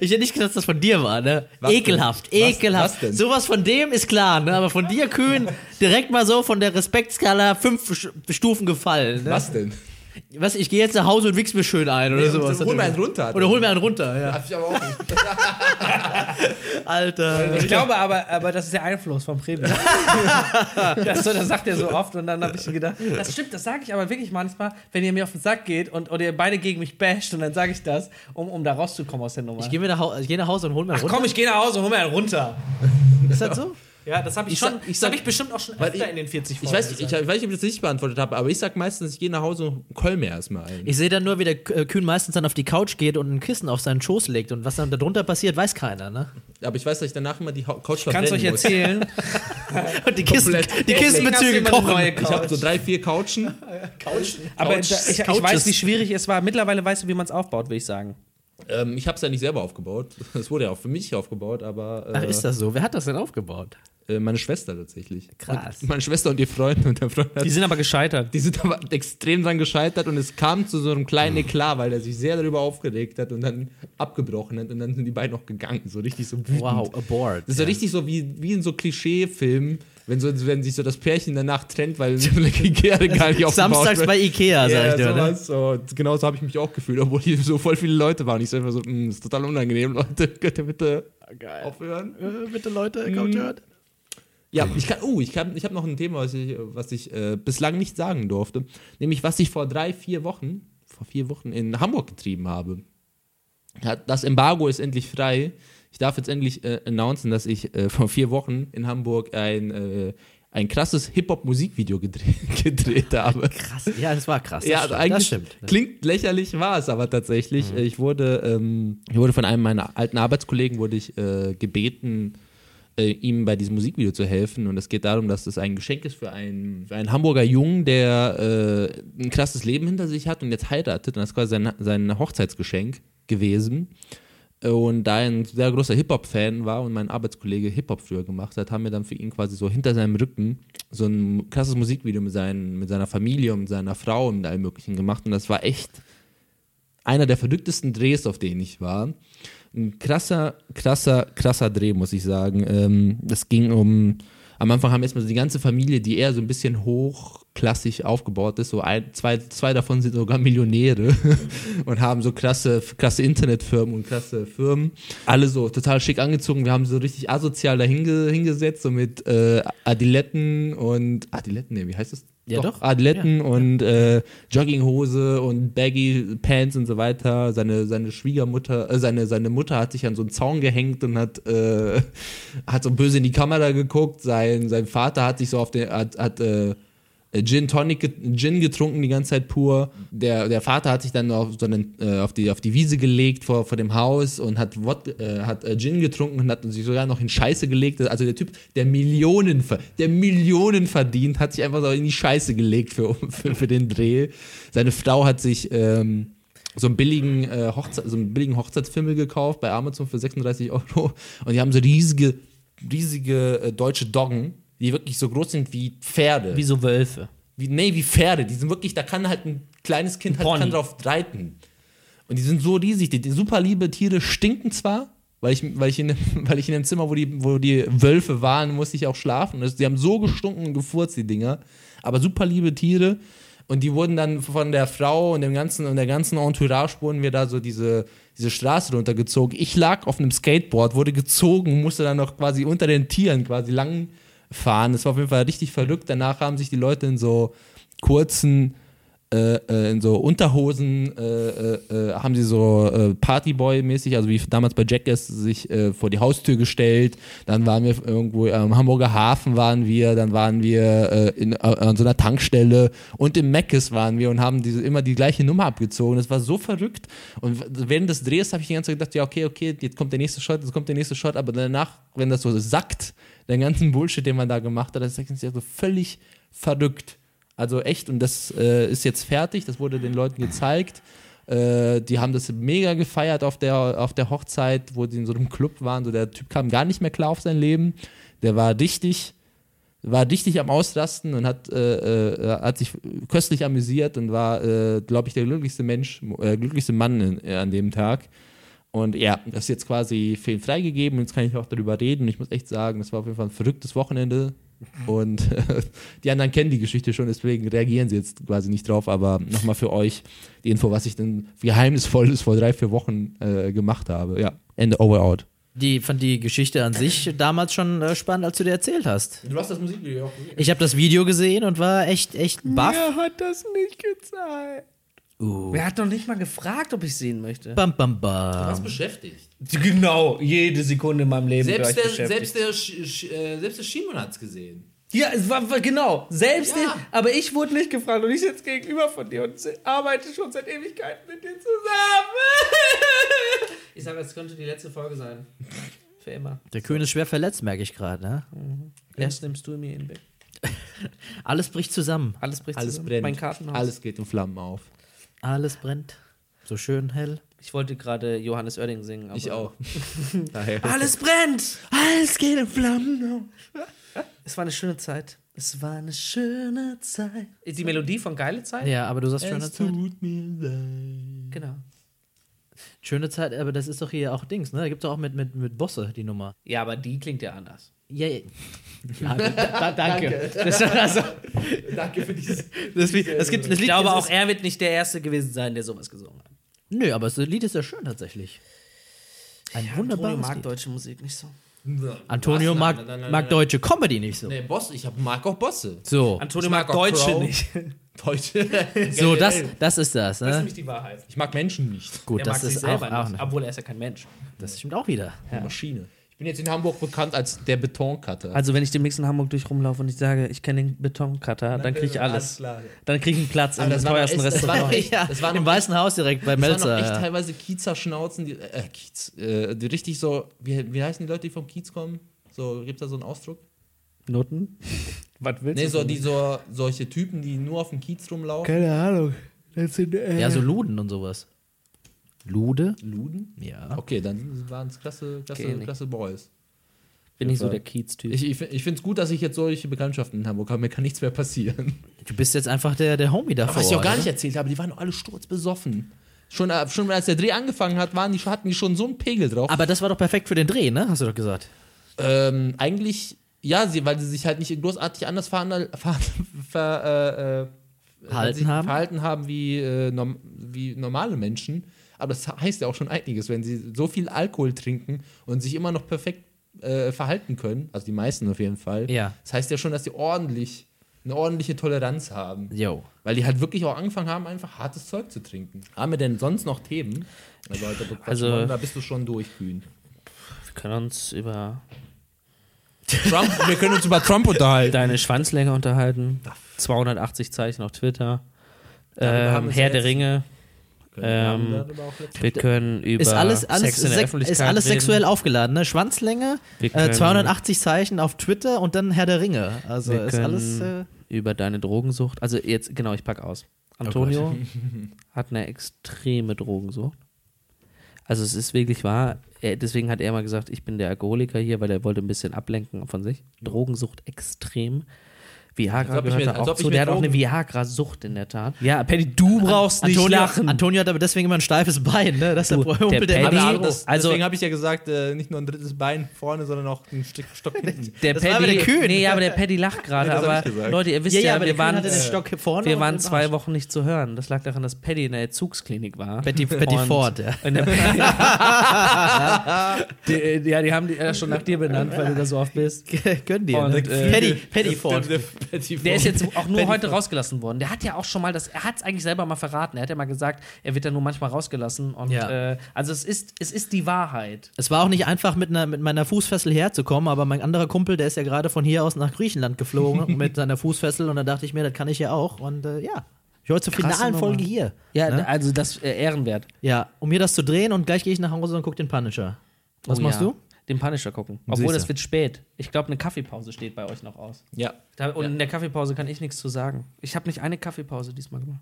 A: Ich hätte nicht gedacht, dass das von dir war, ne?
C: Was denn?
A: ekelhaft,
C: Was-
A: ekelhaft.
C: was denn?
A: Sowas von dem ist klar, ne? Aber von dir, Kühn, direkt mal so von der Respektskala fünf Sch- Stufen gefallen. Ne?
C: Was denn?
A: Was, ich gehe jetzt nach Hause und wichs mir schön ein oder
C: Nee,
A: sowas.
C: hol mir einen runter, hat er
A: Oder hol mir einen runter, ja.
C: Darf ich aber auch nicht.
A: Alter.
B: Ich glaube aber, aber das ist der Einfluss vom Premi. das, so, das sagt er so oft und dann habe ich gedacht, das stimmt, das sage ich aber wirklich manchmal, wenn ihr mir auf den Sack geht und oder ihr beide gegen mich basht und dann sage ich das, um, um da rauszukommen aus der Nummer.
A: Ich gehe nach, Hau- ich geh nach Hause und hol mir einen runter.
B: Komm, ich gehe nach Hause und hol mir einen runter.
A: ist das so?
B: Ja, das habe ich,
C: Ich
B: schon.
C: sag- ich
B: das
C: sag-
B: habe ich bestimmt auch schon
C: Weil
B: öfter
C: ich-
B: in den 40 Folgen.
C: Ich weiß, ich, ich
B: gesagt.
C: weiß nicht, ob ich das nicht beantwortet habe, aber ich sag meistens, ich gehe nach Hause und keul mir erstmal ein.
A: Ich sehe dann nur, wie der K- äh, Kühn meistens dann auf die Couch geht und ein Kissen auf seinen Schoß legt. Und was dann darunter passiert, weiß keiner, ne?
C: aber ich weiß, dass ich danach immer die Hau- Couch
B: ich kann es euch
C: verbrennen muss.
B: erzählen.
A: Und die, Kissen,
C: Komplett.
A: die Kissenbezüge kochen.
C: Ich habe so drei, vier Couchen.
B: Aber
A: Couch-
B: da, ich, ich
A: Couches.
B: weiß, wie schwierig es war. Mittlerweile weißt du, wie man es aufbaut, würde ich sagen.
C: Ähm, ich habe es ja nicht selber aufgebaut. Es wurde ja auch für mich aufgebaut, aber äh,
A: Ach, ist das so? Wer hat das denn aufgebaut?
C: äh, meine Schwester tatsächlich.
A: Krass.
C: Und meine Schwester und ihr Freund und der Freund hat,
B: Die sind aber gescheitert.
C: die sind aber extrem dran gescheitert und es kam zu so einem kleinen Eklat, weil er sich sehr darüber aufgeregt hat und dann abgebrochen hat und dann sind die beiden auch gegangen. So richtig so wütend.
A: Wow, aboard.
C: Das ist ja richtig so wie, wie in so Klischee-Filmen, wenn, so, wenn sich so das Pärchen danach trennt, weil so eine Gere gar nicht aufgebaut
A: Samstags
C: wird.
A: bei Ikea, sag ich dir. Ne?
C: sowas, so. Und Genau so habe ich mich auch gefühlt, obwohl hier so voll viele Leute waren. Ich so einfach so, "Mm, ist total unangenehm, Leute. Könnt ihr bitte
A: Ah,
C: aufhören?
A: Bitte Leute, kommt hört.
C: Ja, ich kann, oh, ich, kann, ich habe noch ein Thema, was ich, was ich äh, bislang nicht sagen durfte. Nämlich, was ich vor drei, vier Wochen, vor vier Wochen in Hamburg getrieben habe. Ja, Das Embargo ist endlich frei. Ich darf jetzt endlich äh, announcen, dass ich äh, vor vier Wochen in Hamburg ein, äh, ein krasses Hip-Hop-Musikvideo gedreht, gedreht habe.
A: Krass. Ja, das war krass. Das
C: ja, also
A: stimmt.
C: eigentlich
A: das Mhm. stimmt.
C: klingt lächerlich, war es aber tatsächlich. Ich wurde, ähm, ich wurde von einem meiner alten Arbeitskollegen wurde ich äh, gebeten, äh, ihm bei diesem Musikvideo zu helfen. Und es geht darum, dass das ein Geschenk ist für einen, für einen Hamburger Jungen, der äh, ein krasses Leben hinter sich hat und jetzt heiratet. Und das ist quasi sein, sein Hochzeitsgeschenk gewesen. Und da er ein sehr großer Hip-Hop-Fan war und mein Arbeitskollege Hip-Hop früher gemacht hat, haben wir dann für ihn quasi so hinter seinem Rücken so ein krasses Musikvideo mit, seinen, mit seiner Familie und mit seiner Frau und mit allem Möglichen gemacht. Und das war echt einer der verrücktesten Drehs, auf denen ich war. Ein krasser, krasser, krasser Dreh, muss ich sagen. Ähm, das ging um. Am Anfang haben erstmal so die ganze Familie, die eher so ein bisschen hochklassig aufgebaut ist, so ein, zwei, zwei davon sind sogar Millionäre und haben so krasse, krasse Internetfirmen und krasse Firmen. Alle so total schick angezogen. Wir haben so richtig asozial da hinge, hingesetzt, so mit äh, Adiletten und Adiletten, nee, wie heißt das?
A: Ja, doch.
C: Adiletten und äh, Jogginghose und Baggy Pants und so weiter. Seine, seine Schwiegermutter, äh, seine, seine Mutter hat sich an so einen Zaun gehängt und hat, äh, hat so böse in die Kamera geguckt. Sein, sein Vater hat sich so auf den, hat, hat äh, Gin Tonic, get- Gin getrunken die ganze Zeit pur. Der, der Vater hat sich dann auf, so einen, äh, auf, die, auf die Wiese gelegt vor, vor dem Haus und hat, Wod, äh, hat äh, Gin getrunken und hat sich sogar noch in Scheiße gelegt. Also der Typ, der Millionen, ver- der Millionen verdient, hat sich einfach so in die Scheiße gelegt für, für, für den Dreh. Seine Frau hat sich ähm, so einen billigen, äh, Hochze so einen billigen Hochzeitsfimmel gekauft bei Amazon für 36 Euro und die haben so riesige, riesige äh, deutsche Doggen. Die wirklich so groß sind wie Pferde
A: Wie so Wölfe.
C: wie, nee, wie Pferde. Die sind wirklich, da kann halt ein kleines Kind
B: Pony.
C: halt, kann drauf reiten. Und die sind so riesig. Die, die super liebe Tiere stinken zwar, weil ich, weil ich, in, dem- weil ich in dem Zimmer, wo die, wo die Wölfe waren, musste ich auch schlafen. Das, die haben so gestunken und gefurzt, die Dinger. Aber super liebe Tiere. Und die wurden dann von der Frau und dem ganzen und der ganzen Entourage wurden wir da so diese, diese Straße runtergezogen. Ich lag auf einem Skateboard, wurde gezogen, musste dann noch quasi unter den Tieren quasi lang fahren. Das war auf jeden Fall richtig verrückt. Danach haben sich die Leute in so kurzen äh, äh, in so Unterhosen äh, äh, äh, haben sie so äh, Partyboy-mäßig, also wie damals bei Jackass, sich äh, vor die Haustür gestellt. Dann waren wir irgendwo am Hamburger Hafen waren wir, dann waren wir äh, in, äh, an so einer Tankstelle und im Meckes waren wir und haben diese, immer die gleiche Nummer abgezogen. Das war so verrückt. Und w- während des Drehs habe ich die ganze Zeit gedacht, ja okay, okay, jetzt kommt der nächste Shot, jetzt kommt der nächste Shot, aber danach, wenn das so sackt, den ganzen Bullshit, den man da gemacht hat, das ist ja so völlig verrückt. Also echt, und das äh, ist jetzt fertig, das wurde den Leuten gezeigt. Äh, die haben das mega gefeiert auf der, auf der Hochzeit, wo sie in so einem Club waren. So, der Typ kam gar nicht mehr klar auf sein Leben. Der war dichtig, war dichtig am Ausrasten und hat, äh, äh, hat sich köstlich amüsiert und war, äh, glaube ich, der glücklichste Mensch, äh, glücklichste Mann in, äh, an dem Tag. Und ja, das ist jetzt quasi Film freigegeben und jetzt kann ich auch darüber reden. Und ich muss echt sagen, das war auf jeden Fall ein verrücktes Wochenende. Und äh, die anderen kennen die Geschichte schon, deswegen reagieren sie jetzt quasi nicht drauf. Aber nochmal für euch die Info, was ich denn Geheimnisvolles vor drei, vier Wochen äh, gemacht habe. Ja, Ende over out.
A: Die fand die Geschichte an sich damals schon äh, spannend, als du dir erzählt hast.
C: Du hast das Musikvideo auch gesehen.
A: Ich habe das Video gesehen und war echt, echt baff.
B: hat das nicht gezeigt.
A: Uh.
B: Wer hat noch nicht mal gefragt, ob ich sehen möchte?
A: Bam, bam, bam.
C: beschäftigt.
B: Genau, jede Sekunde in meinem Leben war ich beschäftigt.
C: der, äh, selbst der Shimon hat es gesehen.
B: Ja, es war, war genau, selbst
C: Ja.
B: ich, aber ich wurde nicht gefragt und ich sitze gegenüber von dir und se- arbeite schon seit Ewigkeiten mit dir zusammen. ich sage, es könnte die letzte Folge sein. Für immer.
A: Der König ist schwer verletzt, merke ich gerade. Ne?
B: Erst nimmst du mir ihn weg.
A: Alles bricht zusammen.
B: Alles bricht
C: Alles
B: zusammen.
C: brennt.
B: Mein Kartenhaus.
C: Alles geht in Flammen auf.
A: Alles brennt. So schön hell.
B: Ich wollte gerade Johannes Oerding singen. Aber
C: Ich auch. Daher.
B: Alles brennt!
C: Alles geht in Flammen auf.
B: Es war eine schöne Zeit. Es war eine schöne Zeit. Ist die Melodie von Geile Zeit?
A: Ja, aber du sagst schöne
C: Es
A: Zeit.
C: tut mir leid.
B: Genau.
A: Schöne Zeit, aber das ist doch hier auch Dings, ne? Da gibt's doch auch mit, mit, mit Bosse die Nummer.
B: Ja, aber die klingt ja anders.
A: Ja, ja. ja da, da, danke. Das, also,
C: Danke für dieses.
A: das, Lied- das, gibt, das
B: Ich
A: Lied
B: glaube,
A: das
B: auch
A: Ist,
B: er wird nicht der Erste gewesen sein, der sowas gesungen hat.
A: nö, aber das Lied ist ja schön tatsächlich. Ein wunderbares
B: Antonio mag
A: Lied.
B: deutsche Musik nicht so.
A: Antonio mag, mag deutsche Comedy nicht so.
C: Nee, Boss, ich hab, mag auch Bosse.
A: So,
B: Antonio
C: mag auch Crow. Deutsche.
A: so das, das ist das,
B: Das ist
A: ne?
B: nämlich die Wahrheit.
C: ich mag Menschen nicht.
A: Gut,
B: Er mag
A: das
B: sich
A: ist auch,
B: selber
A: auch
B: nicht,
A: ne?
B: obwohl er ist ja kein Mensch.
A: Das stimmt auch wieder.
C: Eine Maschine. Ich bin jetzt in Hamburg bekannt als der Betoncutter.
A: Ah,
B: Also wenn ich den Mix in Hamburg durch rumlaufe und ich sage, ich kenne den Betoncutter, dann kriege ich alles. Dann kriege ich einen Platz im
C: das war
B: teuersten
C: noch echt- das war
B: Restaurant.
C: noch echt-
A: Ja,
C: das war
A: im
C: noch
A: Weißen Haus direkt bei
C: Das waren
A: Melzer.
C: auch echt
A: ja.
C: teilweise Kiezer Schnauzen, die, äh, Kiez, äh, die richtig so, wie, wie heißen die Leute, die vom Kiez kommen? So, gibt's da so einen Ausdruck?
B: Noten? Was willst
C: Nee, so, die, so, solche Typen, die nur auf dem Kiez rumlaufen.
B: Keine Ahnung. Das sind, äh,
A: ja, so Luden und sowas. Lude?
C: Luden?
A: Ja.
C: Okay, dann waren es klasse, klasse,
B: Kenn ich.
C: klasse Boys.
B: bin ich so der Kiez-Typ.
C: Ich, ich, ich finde es gut, dass ich jetzt solche Bekanntschaften in Hamburg habe. Mir kann nichts mehr passieren.
A: Du bist jetzt einfach der, der Homie davor.
C: Was ich auch gar
A: oder?
C: nicht erzählt habe, die waren doch alle sturzbesoffen. Schon, äh, schon als der Dreh angefangen hat, waren die, schon- hatten die schon so einen Pegel drauf.
A: Aber das war doch perfekt für den Dreh, ne? Hast du doch gesagt.
C: ähm, eigentlich, ja, sie, weil sie sich halt nicht großartig anders verhandel, ver, ver, äh, äh,
A: Verhalten
C: sich
A: haben?
C: verhalten haben wie, äh, norm, wie normale Menschen. Aber das heißt ja auch schon einiges, wenn sie so viel Alkohol trinken und sich immer noch perfekt äh, verhalten können, also die meisten auf jeden Fall.
A: Ja.
C: Das heißt ja schon, dass sie ordentlich, eine ordentliche Toleranz haben.
A: Yo.
C: Weil die halt wirklich auch angefangen haben, einfach hartes Zeug zu trinken. Haben wir denn sonst noch Themen? Also, Alter, du
B: Also-
C: Quatschmann, da bist du schon durchkühn.
B: Wir können uns über
C: Trump, wir können uns über Trump unterhalten.
B: deine Schwanzlänge unterhalten. 280 Zeichen auf Twitter.
C: Darüber haben
B: Ähm,
C: wir es
B: Herr
C: ja
B: der
C: jetzt-
B: Ringe. Ähm, wir können über
A: Ist alles, alles,
B: Sex in der
A: sek-
B: Öffentlichkeit
A: ist alles
B: reden.
A: sexuell aufgeladen, ne? Schwanzlänge,
B: Wir
A: äh,
B: können-
A: 280 Zeichen auf Twitter und dann Herr der Ringe. Also
B: Wir
A: ist
B: können
A: alles. Äh,
B: über deine Drogensucht. Also jetzt, genau, ich pack aus. Antonio hat eine extreme Drogensucht. Also es ist wirklich wahr. Er, deswegen hat er mal gesagt, ich bin der Alkoholiker hier, weil er wollte ein bisschen ablenken von sich. Drogensucht extrem. Viagra
C: Als ob ich
B: gehört
C: mir-
B: da
C: als
B: auch
C: ob ich
B: zu.
C: mir
B: Der hat auch eine
C: Drogen-
B: Viagra-Sucht in der Tat. Ja, Penny, du brauchst nicht
A: Antonio,
B: lachen.
A: Antonio hat aber deswegen immer ein steifes Bein, ne? Das
B: Du,
A: ist der,
B: der
A: Humpel, der
B: Penny-
A: immer
B: Hallo.
A: so-
C: das,
B: also-
C: deswegen habe ich ja gesagt, äh, nicht nur ein drittes Bein vorne, sondern auch einen Stück, Stock hinten.
B: der
A: Das war aber der Kühn.
B: Nee, aber der Paddy lacht gerade.
C: das hab ich
B: aber
C: gesagt.
B: Leute, ihr wisst
A: Ja,
B: ja,
A: ja, aber der
B: wir,
A: Kühn
B: waren,
A: hatte den Stock vorne
B: wir
A: und
B: waren
A: im
B: zwei
A: Arsch.
B: Wochen nicht zu hören. Das lag daran, dass Paddy in der Entzugsklinik war.
A: Betty, Betty
B: Und-
A: Ford, ja.
B: In der äh, die, ja, die haben die ja schon nach dir benannt, weil du da so oft bist.
A: Gönn dir.
B: Und,
A: ne?
B: äh,
A: Paddy, Paddy Ford.
C: Der, der, Patty
B: Der ist jetzt auch nur
C: Patty
B: heute
C: Ford.
B: rausgelassen worden. Der hat ja auch schon mal das, er hat es eigentlich selber mal verraten. Er hat ja mal gesagt, er wird ja nur manchmal rausgelassen. Und
A: Ja.
B: äh, also es ist, es ist die Wahrheit.
A: Es war auch nicht einfach, mit, einer, mit meiner Fußfessel herzukommen, aber mein anderer Kumpel, der ist ja gerade von hier aus nach Griechenland geflogen mit seiner Fußfessel und da dachte ich mir, das kann ich ja auch. Und äh, ja, ich heute zur
B: Krasse
A: finalen
B: Nummer.
A: Folge hier.
B: Ja,
A: ne?
B: also das äh, ehrenwert.
A: ja, um mir das zu drehen und gleich gehe ich nach Hause und gucke den Punisher. Was
B: Oh
A: machst
B: ja.
A: du?
B: Den Punisher gucken.
C: Siehste.
B: Obwohl, es wird spät. Ich glaube, eine Kaffeepause steht bei euch noch aus.
C: Ja.
B: Da, und in der Kaffeepause kann ich nichts zu sagen. Ich habe nicht eine Kaffeepause diesmal gemacht.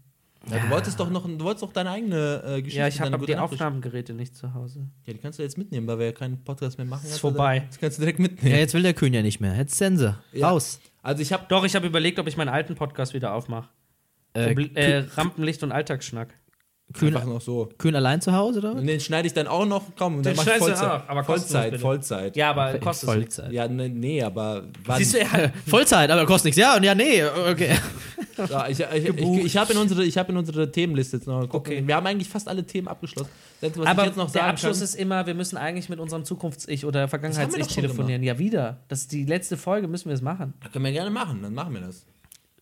C: ja. Du wolltest doch noch, du wolltest doch deine eigene äh, Geschichte.
B: Ja, ich
C: deine
B: habe
C: gute
B: die
C: Nachricht-
B: Aufnahmegeräte nicht zu Hause.
C: Ja, die kannst du jetzt mitnehmen, weil wir ja keinen Podcast mehr machen.
B: Ist
C: Also,
B: vorbei.
C: Das kannst du direkt
A: Ja,
C: mitnehmen.
A: jetzt will der Kühn ja nicht mehr. Jetzt Sense.
C: Ja.
A: Raus.
C: Also ich habe
B: Doch, ich habe überlegt, ob ich meinen alten Podcast wieder aufmache.
A: Äh,
B: Probl- äh, Rampenlicht und Alltagsschnack.
A: Kühn,
C: einfach noch so.
A: Kühn allein zu Hause oder? was?
C: Und den schneide ich dann auch noch, komm, und
B: Den
C: dann mach ich
B: schneidest du
C: Vollzeit.
B: auch, aber kostenlos
C: Vollzeit,
B: bitte.
C: Vollzeit.
B: Ja, aber kostet es nichts.
A: Vollzeit.
C: Ja, nee, nee aber wann?
B: Siehst du, er hat,
A: Vollzeit, aber kostet nichts. Ja, und ja, nee. Okay.
C: Ja, Ah, ich ich, ich, ich, ich habe in, unsere- ich hab in unsere Themenliste jetzt noch geguckt.
B: Okay.
C: Wir haben eigentlich fast alle Themen abgeschlossen. Das, was
B: aber
C: ich jetzt noch
B: der
C: sagen
B: Abschluss
C: kann,
B: ist immer, wir müssen eigentlich mit unserem Zukunfts-Ich oder
C: haben wir
B: Vergangenheits-Ich
C: doch schon
B: telefonieren. Ja, wieder. Das ist die letzte Folge, müssen wir es machen.
C: können wir gerne machen, dann machen wir das.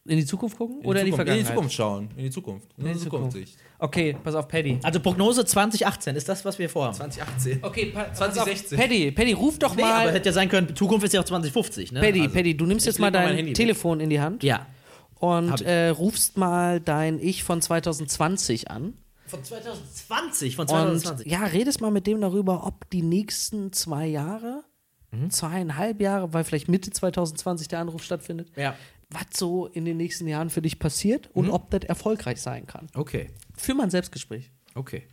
B: In die Zukunft gucken
C: In
B: oder
C: die Zukunft,
B: in die
C: In die
B: Vergangenheit?
C: Zukunft schauen. In die Zukunft. In, die Zukunft.
B: Okay, pass auf, Paddy.
A: Also Prognose 2018 ist das, was wir vorhaben.
C: 2018.
B: Okay, pa pass
C: 2016.
B: auf. Paddy, Paddy, ruf doch
A: Nee, aber
B: mal.
A: hätte ja sein können, Zukunft ist ja auch 2050, ne?
B: Paddy,
A: Also-
B: Paddy, du nimmst jetzt
C: leg
B: mal
C: mal mein Handy
B: dein
C: weg.
B: Telefon in die Hand
A: Ja. Hab
B: und
A: ich.
B: äh, rufst mal dein Ich von 2020 an.
A: Von 2020, von
B: Und ja, redest mal mit dem darüber, ob die nächsten zwei Jahre,
A: Mhm.
B: zweieinhalb Jahre, weil vielleicht Mitte 2020 der Anruf stattfindet,
A: Ja. Mhm.
B: was so in den nächsten Jahren für dich passiert und ob das erfolgreich sein kann.
A: Okay,
B: Für mein Selbstgespräch.
A: okay.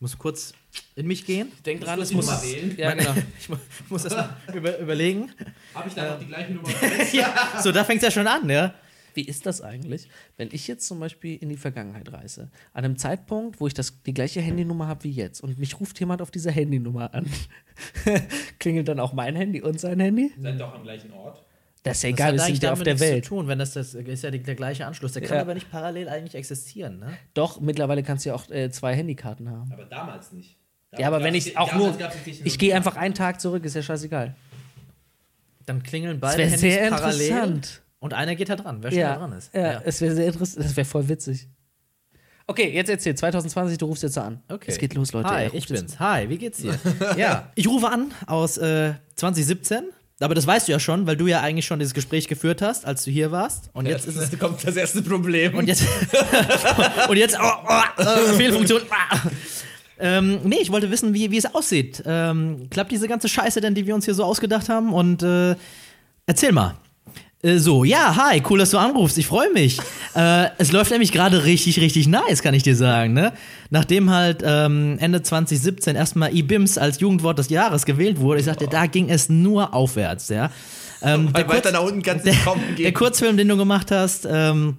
A: Muss kurz in mich gehen.
B: Denk dran, es
C: die
B: muss.
C: Nummer wählen?
B: Ja, genau.
A: Ich mu- muss das mal über, überlegen.
C: Habe ich da noch die gleiche Nummer?
A: So, da fängt es ja schon an, ja?
B: Wie ist das eigentlich, wenn ich jetzt zum Beispiel in die Vergangenheit reise? An einem Zeitpunkt, wo ich das, die gleiche Handynummer habe wie jetzt und mich ruft jemand auf dieser Handynummer an. Klingelt dann auch mein Handy und sein Handy?
C: Seid doch am gleichen Ort.
B: Das ist ja
A: Das
B: egal,
A: hat
B: wir
A: eigentlich
B: sind ja auf
A: damit
B: der
A: nichts
B: Welt.
A: Zu tun, wenn das, das ist ja die, der gleiche Anschluss. Der kann
B: Ja.
A: aber nicht parallel eigentlich existieren, ne?
B: Doch, mittlerweile kannst du ja auch äh, zwei Handykarten haben.
C: Aber damals nicht.
B: Ja, aber wenn ich auch nur. Ich gehe einfach einen Tag zurück, ist ja scheißegal.
A: Dann klingeln
B: Das
A: beide
B: wäre
A: Handys
B: sehr
A: parallel
B: interessant.
A: und einer geht halt dran, wer schneller
B: Ja,
A: dran ist.
B: ja, es wäre sehr interessant. Das wäre voll witzig. Okay, jetzt erzähl. 2020, du rufst jetzt an.
A: Okay.
B: Es geht los, Leute. Er
A: Hi,
B: ruft
A: ich
B: jetzt-
A: bin's. Hi, wie geht's dir? ja, ich rufe an aus äh, 2017. Aber das weißt du ja schon, weil du ja eigentlich schon dieses Gespräch geführt hast, als du hier warst. Und jetzt ist es
C: kommt das erste Problem.
A: Und jetzt. und jetzt. Oh, oh, äh, Fehlfunktion. Ah. Ähm, nee, ich wollte wissen, wie, wie es aussieht. Ähm, klappt diese ganze Scheiße denn, die wir uns hier so ausgedacht haben? Und äh, erzähl mal. Äh, So, ja, hi, cool, dass du anrufst. Ich freue mich. äh, es läuft nämlich gerade richtig, richtig nice, kann ich dir sagen. Ne? Nachdem halt ähm, Ende 2017 erstmal IBIMS als Jugendwort des Jahres gewählt wurde, ich sagte, da ging es nur aufwärts. Ja? Ähm, der
C: Weil
A: kurz-
C: weiter nach unten kannst du nicht kommen
A: der
C: gehen.
A: Kurzfilm, den du gemacht hast, ähm,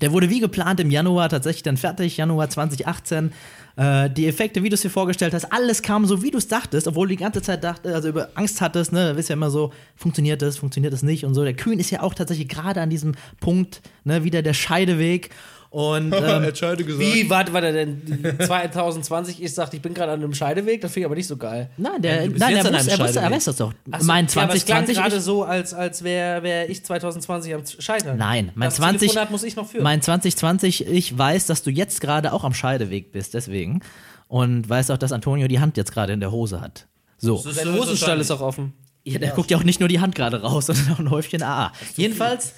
A: der wurde wie geplant im Januar tatsächlich dann fertig, Januar 2018. Äh, die Effekte, wie du es dir vorgestellt hast, alles kam so, wie du es dachtest, obwohl du die ganze Zeit dachte, also über Angst hattest, ne, da bist ja immer so, funktioniert das, funktioniert das nicht und so. Der Kühn ist ja auch tatsächlich gerade an diesem Punkt, ne, wieder der Scheideweg. Und ähm,
C: Entscheide gesagt.
B: Wie, warte, warte, denn 2020, ich sagte, ich bin gerade an einem Scheideweg, das finde ich aber nicht so geil.
A: nein, der,
C: du bist
A: nein,
C: jetzt
A: der
C: an
A: wusste, er, wusste, er
C: einem Scheideweg.
A: weiß das doch.
B: Ach so,
A: mein
B: ja, aber es klang
A: 2020
B: gerade
A: ich-
B: so, als, als wäre wär ich 2020 am Z- Scheitern.
A: Nein, mein
B: das
A: 20
B: Telefonat muss ich noch führen.
A: Mein 2020, ich weiß, dass du jetzt gerade auch am Scheideweg bist, deswegen. Und weiß auch, dass Antonio die Hand jetzt gerade in der Hose hat. So.
B: Sein Hosenstall ist auch offen.
A: Ja, der guckt ja auch nicht nur die Hand gerade raus, sondern auch ein Häufchen AA. Jedenfalls,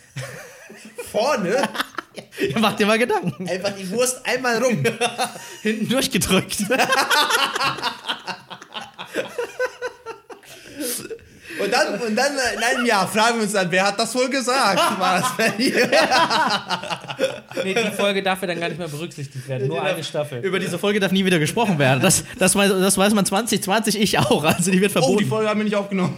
F: Vorne
A: mach dir mal Gedanken.
F: einfach die Wurst einmal rum.
A: Hinten durchgedrückt.
F: Und dann, und dann äh, in einem Jahr fragen wir uns dann, wer hat das wohl gesagt? War das bei dir?
B: Nee, die Folge darf ja dann gar nicht mehr berücksichtigt werden. Nur eine Staffel.
A: Über diese Folge darf nie wieder gesprochen werden. Das, das, weiß, das weiß man 2020, ich auch. Also die wird verboten.
F: Oh,
C: Oh,
F: Folge haben wir nicht aufgenommen.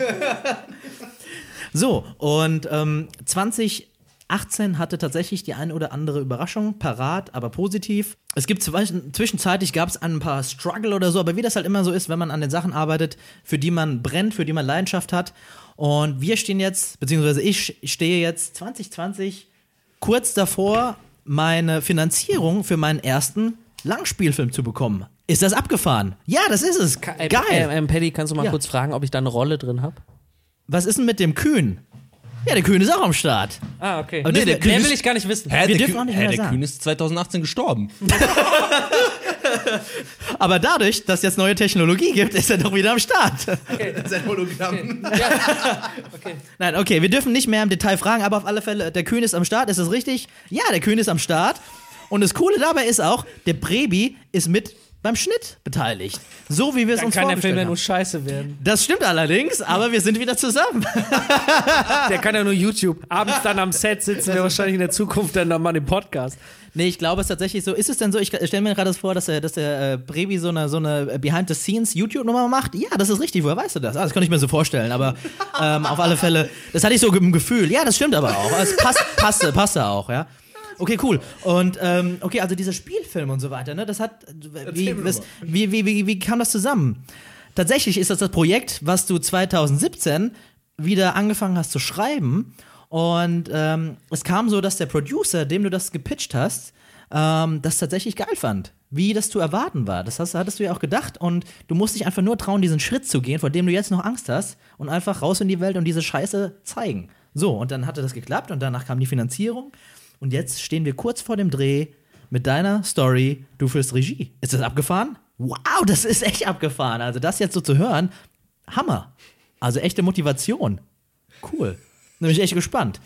A: So, und ähm, 2018 hatte tatsächlich die ein oder andere Überraschung, parat, aber positiv. Es gibt zwischen- zwischenzeitlich gab es ein paar Struggle oder so, aber wie das halt immer so ist, wenn man an den Sachen arbeitet, für die man brennt, für die man Leidenschaft hat. Und wir stehen jetzt, beziehungsweise ich stehe jetzt 2020 kurz davor, meine Finanzierung für meinen ersten Langspielfilm zu bekommen. Ist das abgefahren? Ja, das ist es.
B: äh,
A: Geil.
B: Ähm, ähm, Paddy, kannst du mal
A: Ja.
B: kurz fragen, ob ich da eine Rolle drin habe?
A: Was ist denn mit dem Kühn? Ja, der Kühn ist auch am Start.
B: Ah, okay.
A: Nee,
B: nee,
A: der
B: der,
A: Kühl
B: der will
A: ist-
B: ich gar nicht wissen.
C: Hä,
A: Wir
C: der
A: dürfen
C: Kühn-
A: auch nicht
C: hä,
A: mehr
C: der
A: sagen.
C: Kühn ist 2018 gestorben.
A: Aber dadurch, dass es jetzt neue Technologie gibt, ist er doch wieder am Start.
F: Sein Hologramm.
A: Nein, okay, wir dürfen nicht mehr im Detail fragen, aber auf alle Fälle, der Kühn ist am Start, ist das richtig? Ja, der Kühn ist am Start. Und das Coole dabei ist auch, der Brebi ist mit beim Schnitt beteiligt. So wie wir es
B: Dann
A: uns
B: kann der Film
A: vorgestellt
B: ja nur
A: haben.
B: scheiße werden.
A: Das stimmt allerdings, aber wir sind wieder zusammen.
B: Der kann ja nur YouTube. Abends dann am Set sitzen wir wahrscheinlich in der Zukunft dann nochmal den Podcast.
A: Nee, ich glaube es ist tatsächlich so. Ist es denn so, ich stelle mir gerade das vor, dass der, dass der äh, Brevi so eine, so eine Behind-the-Scenes-YouTube-Nummer macht? Ja, das ist richtig. Woher weißt du das? Ah, das kann ich mir so vorstellen, aber ähm, auf alle Fälle, das hatte ich so im Gefühl. Ja, das stimmt aber auch. Es passt, passte, passte auch, ja. Okay, cool. Und ähm, okay, also dieser Spielfilm und so weiter, ne? Das hat. Wie, das, wie, wie, wie, wie kam das zusammen? Tatsächlich ist das das Projekt, was du 2017 wieder angefangen hast zu schreiben. Und ähm, es kam so, dass der Producer, dem du das gepitcht hast, ähm, das tatsächlich geil fand. Wie das zu erwarten war. Das hast, hattest du ja auch gedacht. Und du musst dich einfach nur trauen, diesen Schritt zu gehen, vor dem du jetzt noch Angst hast. Und einfach raus in die Welt und diese Scheiße zeigen. So, und dann hatte das geklappt. Und danach kam die Finanzierung. Und jetzt stehen wir kurz vor dem Dreh mit deiner Story, du führst Regie. Ist das abgefahren? Wow, das ist echt abgefahren. Also das jetzt so zu hören, Hammer. Also echte Motivation. Cool. Da bin ich echt gespannt.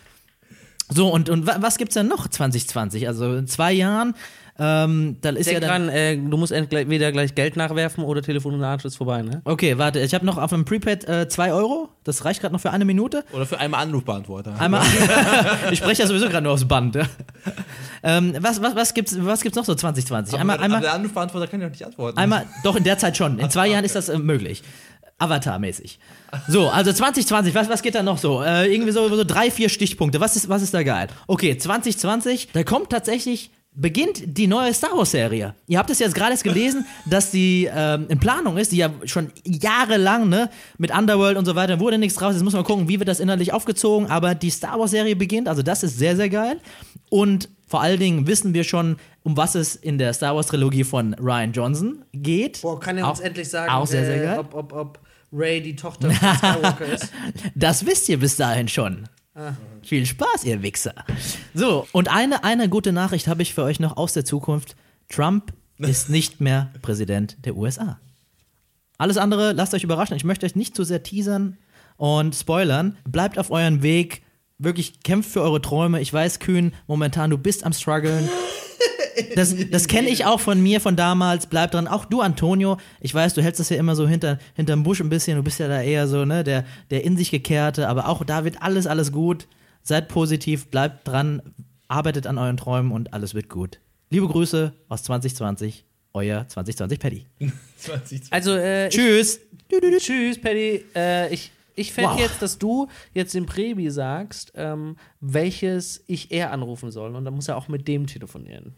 A: So, und, und wa- was gibt's denn noch 2020? Also in zwei Jahren, ähm, da ist ja
B: Denk
A: dann...
B: dran, äh, du musst entweder gleich Geld nachwerfen oder Telefonat ist vorbei, ne?
A: Okay, warte, ich habe noch auf dem Prepaid 2 Euro. Das reicht gerade noch für eine Minute.
C: Oder für einmal Anrufbeantworter.
A: Einmal. ich spreche ja sowieso gerade nur aufs Band. Ja. Ähm, was, was, was, gibt's, was gibt's noch so 2020? Einmal,
C: aber,
A: einmal,
C: aber der Anrufbeantworter kann ja noch nicht antworten.
A: Einmal, doch in der Zeit schon. In zwei Jahren ist das äh, möglich. Avatar-mäßig. So, also 2020, was, was geht da noch so? Äh, irgendwie so, so drei, vier Stichpunkte. Was ist, was ist da geil? Okay, 2020, da kommt tatsächlich, beginnt die neue Star Wars-Serie. Ihr habt es jetzt gerade erst gelesen, dass die ähm, in Planung ist, die ja schon jahrelang, ne, mit Underworld und so weiter, wurde nichts draus. Jetzt muss man gucken, wie wird das innerlich aufgezogen, aber die Star Wars-Serie beginnt, also das ist sehr, sehr geil. Und vor allen Dingen wissen wir schon, um was es in der Star Wars-Trilogie von Ryan Johnson geht.
B: Boah, kann er uns
A: Auch-
B: endlich sagen, äh,
A: Auch sehr, sehr geil.
B: ob, ob, ob Ray die Tochter von Skywalker ist?
A: Das wisst ihr bis dahin schon. Viel Spaß, ihr Wichser. So, und eine, eine gute Nachricht habe ich für euch noch aus der Zukunft. Trump ist nicht mehr Präsident der USA. Alles andere lasst euch überraschen. Ich möchte euch nicht zu sehr teasern und spoilern. Bleibt auf eurem Weg. Wirklich kämpft für eure Träume. Ich weiß, Kühn, momentan du bist am struggeln. Das, das kenne ich auch von mir von damals. Bleib dran. Auch du, Antonio. Ich weiß, du hältst das ja immer so hinter, hinterm Busch ein bisschen. Du bist ja da eher so, ne, der, der in sich gekehrte. Aber auch da wird alles, alles gut. Seid positiv, bleibt dran, arbeitet an euren Träumen und alles wird gut. Liebe Grüße aus 2020, euer 2020 Paddy.
B: Also, äh, ich-
A: Tschüss.
B: Tschüss, Paddy. Äh, ich ich fände
A: Wow.
B: jetzt, dass du jetzt dem Prebi sagst, ähm, welches ich eher anrufen soll. Und dann muss er auch mit dem telefonieren.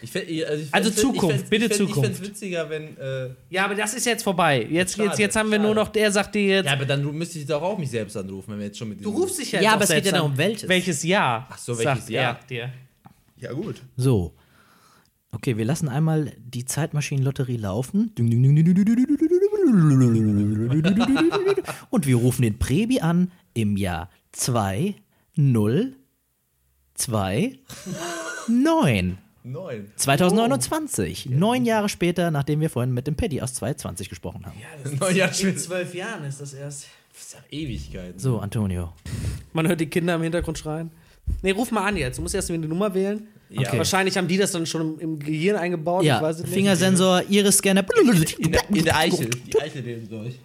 C: Ich fänd- ich- ich
B: Also
C: fänd's-
B: Zukunft,
C: fänd's-
B: bitte
C: fänd's-
B: Zukunft.
C: Ich fände es witziger, wenn. Äh,
B: Ja, aber das ist jetzt vorbei. Jetzt,
C: Schade,
B: jetzt, jetzt haben wir nur noch, der sagt dir jetzt.
C: ja, aber dann müsste ich doch auch mich selbst anrufen, wenn wir jetzt schon mit
B: du
C: diesem-
B: rufst dich ja
A: Ja,
B: jetzt
A: aber
B: auch
A: es geht ja
B: selbst an.
A: darum, welches.
B: Welches Jahr?
C: Ach so, welches
B: sagt
C: Jahr?
B: er Dir.
F: Ja, gut.
A: So. Okay, wir lassen einmal die Zeitmaschinenlotterie laufen. Und wir rufen den Prebi an im Jahr 2029.
C: Neun.
A: 2029.
C: Oh.
A: Neun Jahre später, nachdem wir vorhin mit dem Paddy aus 2020 gesprochen haben.
C: Neun Jahre
B: In
C: später.
B: zwölf Jahren ist das erst.
C: Das ist ja Ewigkeiten.
A: So, Antonio.
B: Man hört die Kinder im Hintergrund schreien. Nee, ruf mal an jetzt. Du musst erst wieder die Nummer wählen.
C: Ja.
A: Okay.
B: Wahrscheinlich haben die das dann schon im, im Gehirn eingebaut.
A: Ja,
B: ich weiß es nicht.
A: Fingersensor, Iris-Scanner.
C: In der, in der Eichel. Die Eichel leben durch.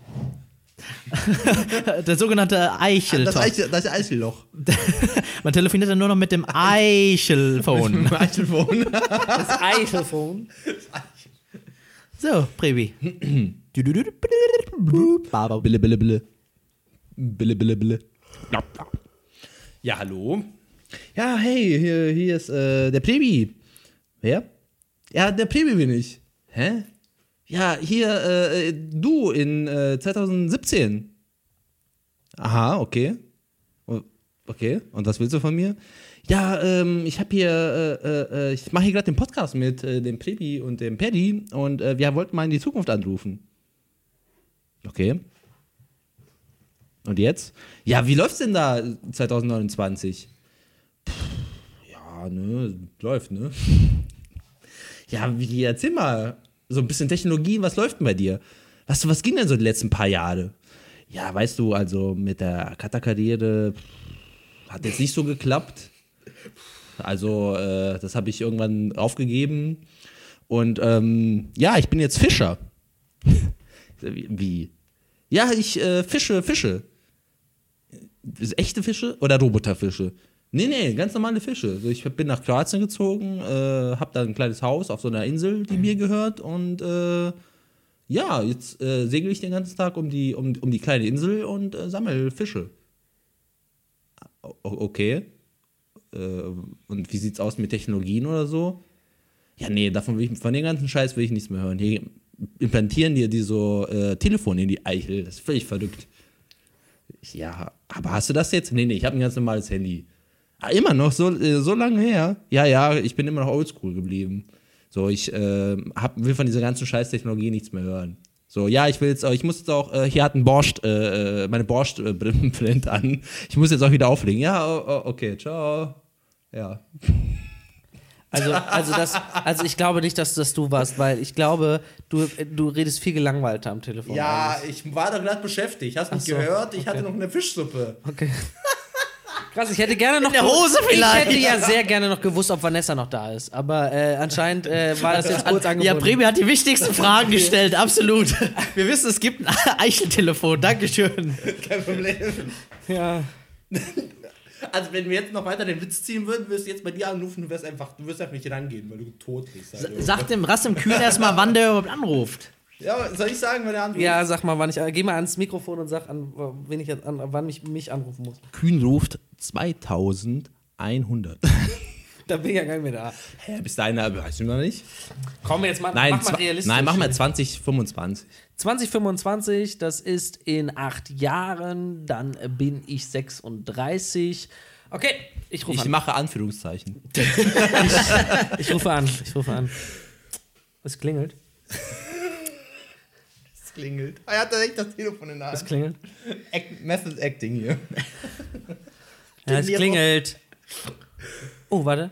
A: Der
C: Ah,
A: sogenannte eichel
F: Das, Eichel, das Eichelloch.
A: Man telefoniert dann nur noch mit dem Eichelphone.
F: Eichelphone.
B: Das Eichelphone.
A: So, Prebi.
C: Bille, bille, bille. Bille, bille, bille. Ja, hallo.
F: Ja, hey, hier, hier ist äh, der Prebi.
C: Wer?
F: Ja, der Prebi bin ich.
C: Hä?
F: Ja, hier, äh, du in äh, 2017. Aha, okay. O- Okay, und was willst du von mir? Ja, ähm, ich habe hier, äh, äh, äh, ich mache hier gerade den Podcast mit äh, dem Prebi und dem Paddy und äh, wir wollten mal in die Zukunft anrufen. Okay.
C: Und jetzt? Ja, wie läuft's denn da 2029? Pff, Ja, ne, läuft, ne? Ja, wie, erzähl mal. So ein bisschen Technologie, was läuft denn bei dir? Was, was ging denn so die letzten paar Jahre? Ja, weißt du, also mit der Kata-Karriere pff, hat jetzt nicht so geklappt. Also, äh, das habe ich irgendwann aufgegeben. Und ähm, ja, ich bin jetzt Fischer. Wie- Wie? Ja, ich äh, fische Fische. Ist Echte Fische oder Roboterfische? Nee, nee, ganz normale Fische. Also ich bin nach Kroatien gezogen, äh, hab da ein kleines Haus auf so einer Insel, die mir gehört und äh, ja, jetzt äh, segel ich den ganzen Tag um die, um, um die kleine Insel und äh, sammel Fische. O okay. Äh, und wie sieht's aus mit Technologien oder so? Ja, nee, davon will ich, von dem ganzen Scheiß will ich nichts mehr hören. Hier implantieren dir die so äh, Telefone in die Eichel. Das ist völlig verrückt. Ich, Ja, aber hast du das jetzt? Nee, nee, ich habe ein ganz normales Handy. Ah, immer noch, so, äh, so lange her. Ja, ja, ich bin immer noch oldschool geblieben. So, ich äh, hab, will von dieser ganzen Scheiß-Technologie nichts mehr hören. So, ja, ich will jetzt, auch- ich muss jetzt auch, äh, hier hat ein Borscht, äh, äh, meine Borscht-Print an. Ich muss jetzt auch wieder auflegen. Ja, oh, oh, okay, ciao. Ja.
B: Also, also, das, also ich glaube nicht, dass das du warst, weil ich glaube, du, du redest viel gelangweilter am Telefon. eigentlich.
C: ich war doch gerade beschäftigt. Hast
B: nicht so, gehört? Ich okay. hatte
C: noch eine Fischsuppe.
B: Okay. Krass, ich hätte gerne noch.
A: der Hose vielleicht.
B: Ich hätte ja sehr gerne noch gewusst, ob Vanessa noch da ist. Aber äh, anscheinend äh, war das jetzt kurz
A: Ja,
B: angebunden.
A: Bremi hat die wichtigsten Fragen gestellt, absolut. Wir wissen, es gibt ein Eicheltelefon, Dankeschön.
C: Kein Problem.
B: Ja.
C: Also, wenn wir jetzt noch weiter den Witz ziehen würden, würdest du jetzt bei dir anrufen, du wirst einfach, du wirst einfach nicht rangehen, weil du tot bist. Also.
A: Sag dem Rassim Kühn erstmal, wann der überhaupt anruft.
C: Ja, soll ich sagen, wenn er anruft?
B: ja, sag mal, wann ich. äh, Geh mal ans Mikrofon und sag, an, wen ich, an, wann ich mich anrufen muss.
C: Kühn ruft 2100.
B: Da bin ich ja gar nicht mehr da.
C: Hä, bis dahin, aber weißt du noch nicht?
B: Komm jetzt mal,
C: Nein,
B: mach mal
C: zwa-
B: realistisch.
C: nein, mach mal 2025.
B: 2025, das ist in acht Jahren, dann bin ich 36. Okay, ich rufe
C: Ich
B: an.
C: mache Anführungszeichen.
B: Ich rufe an, ich rufe an. Es klingelt,
C: Es klingelt. Ah, Er hat direkt das Telefon in der
B: es klingelt.
C: Act, Method Acting hier.
B: Ja, es klingelt. Oh, warte.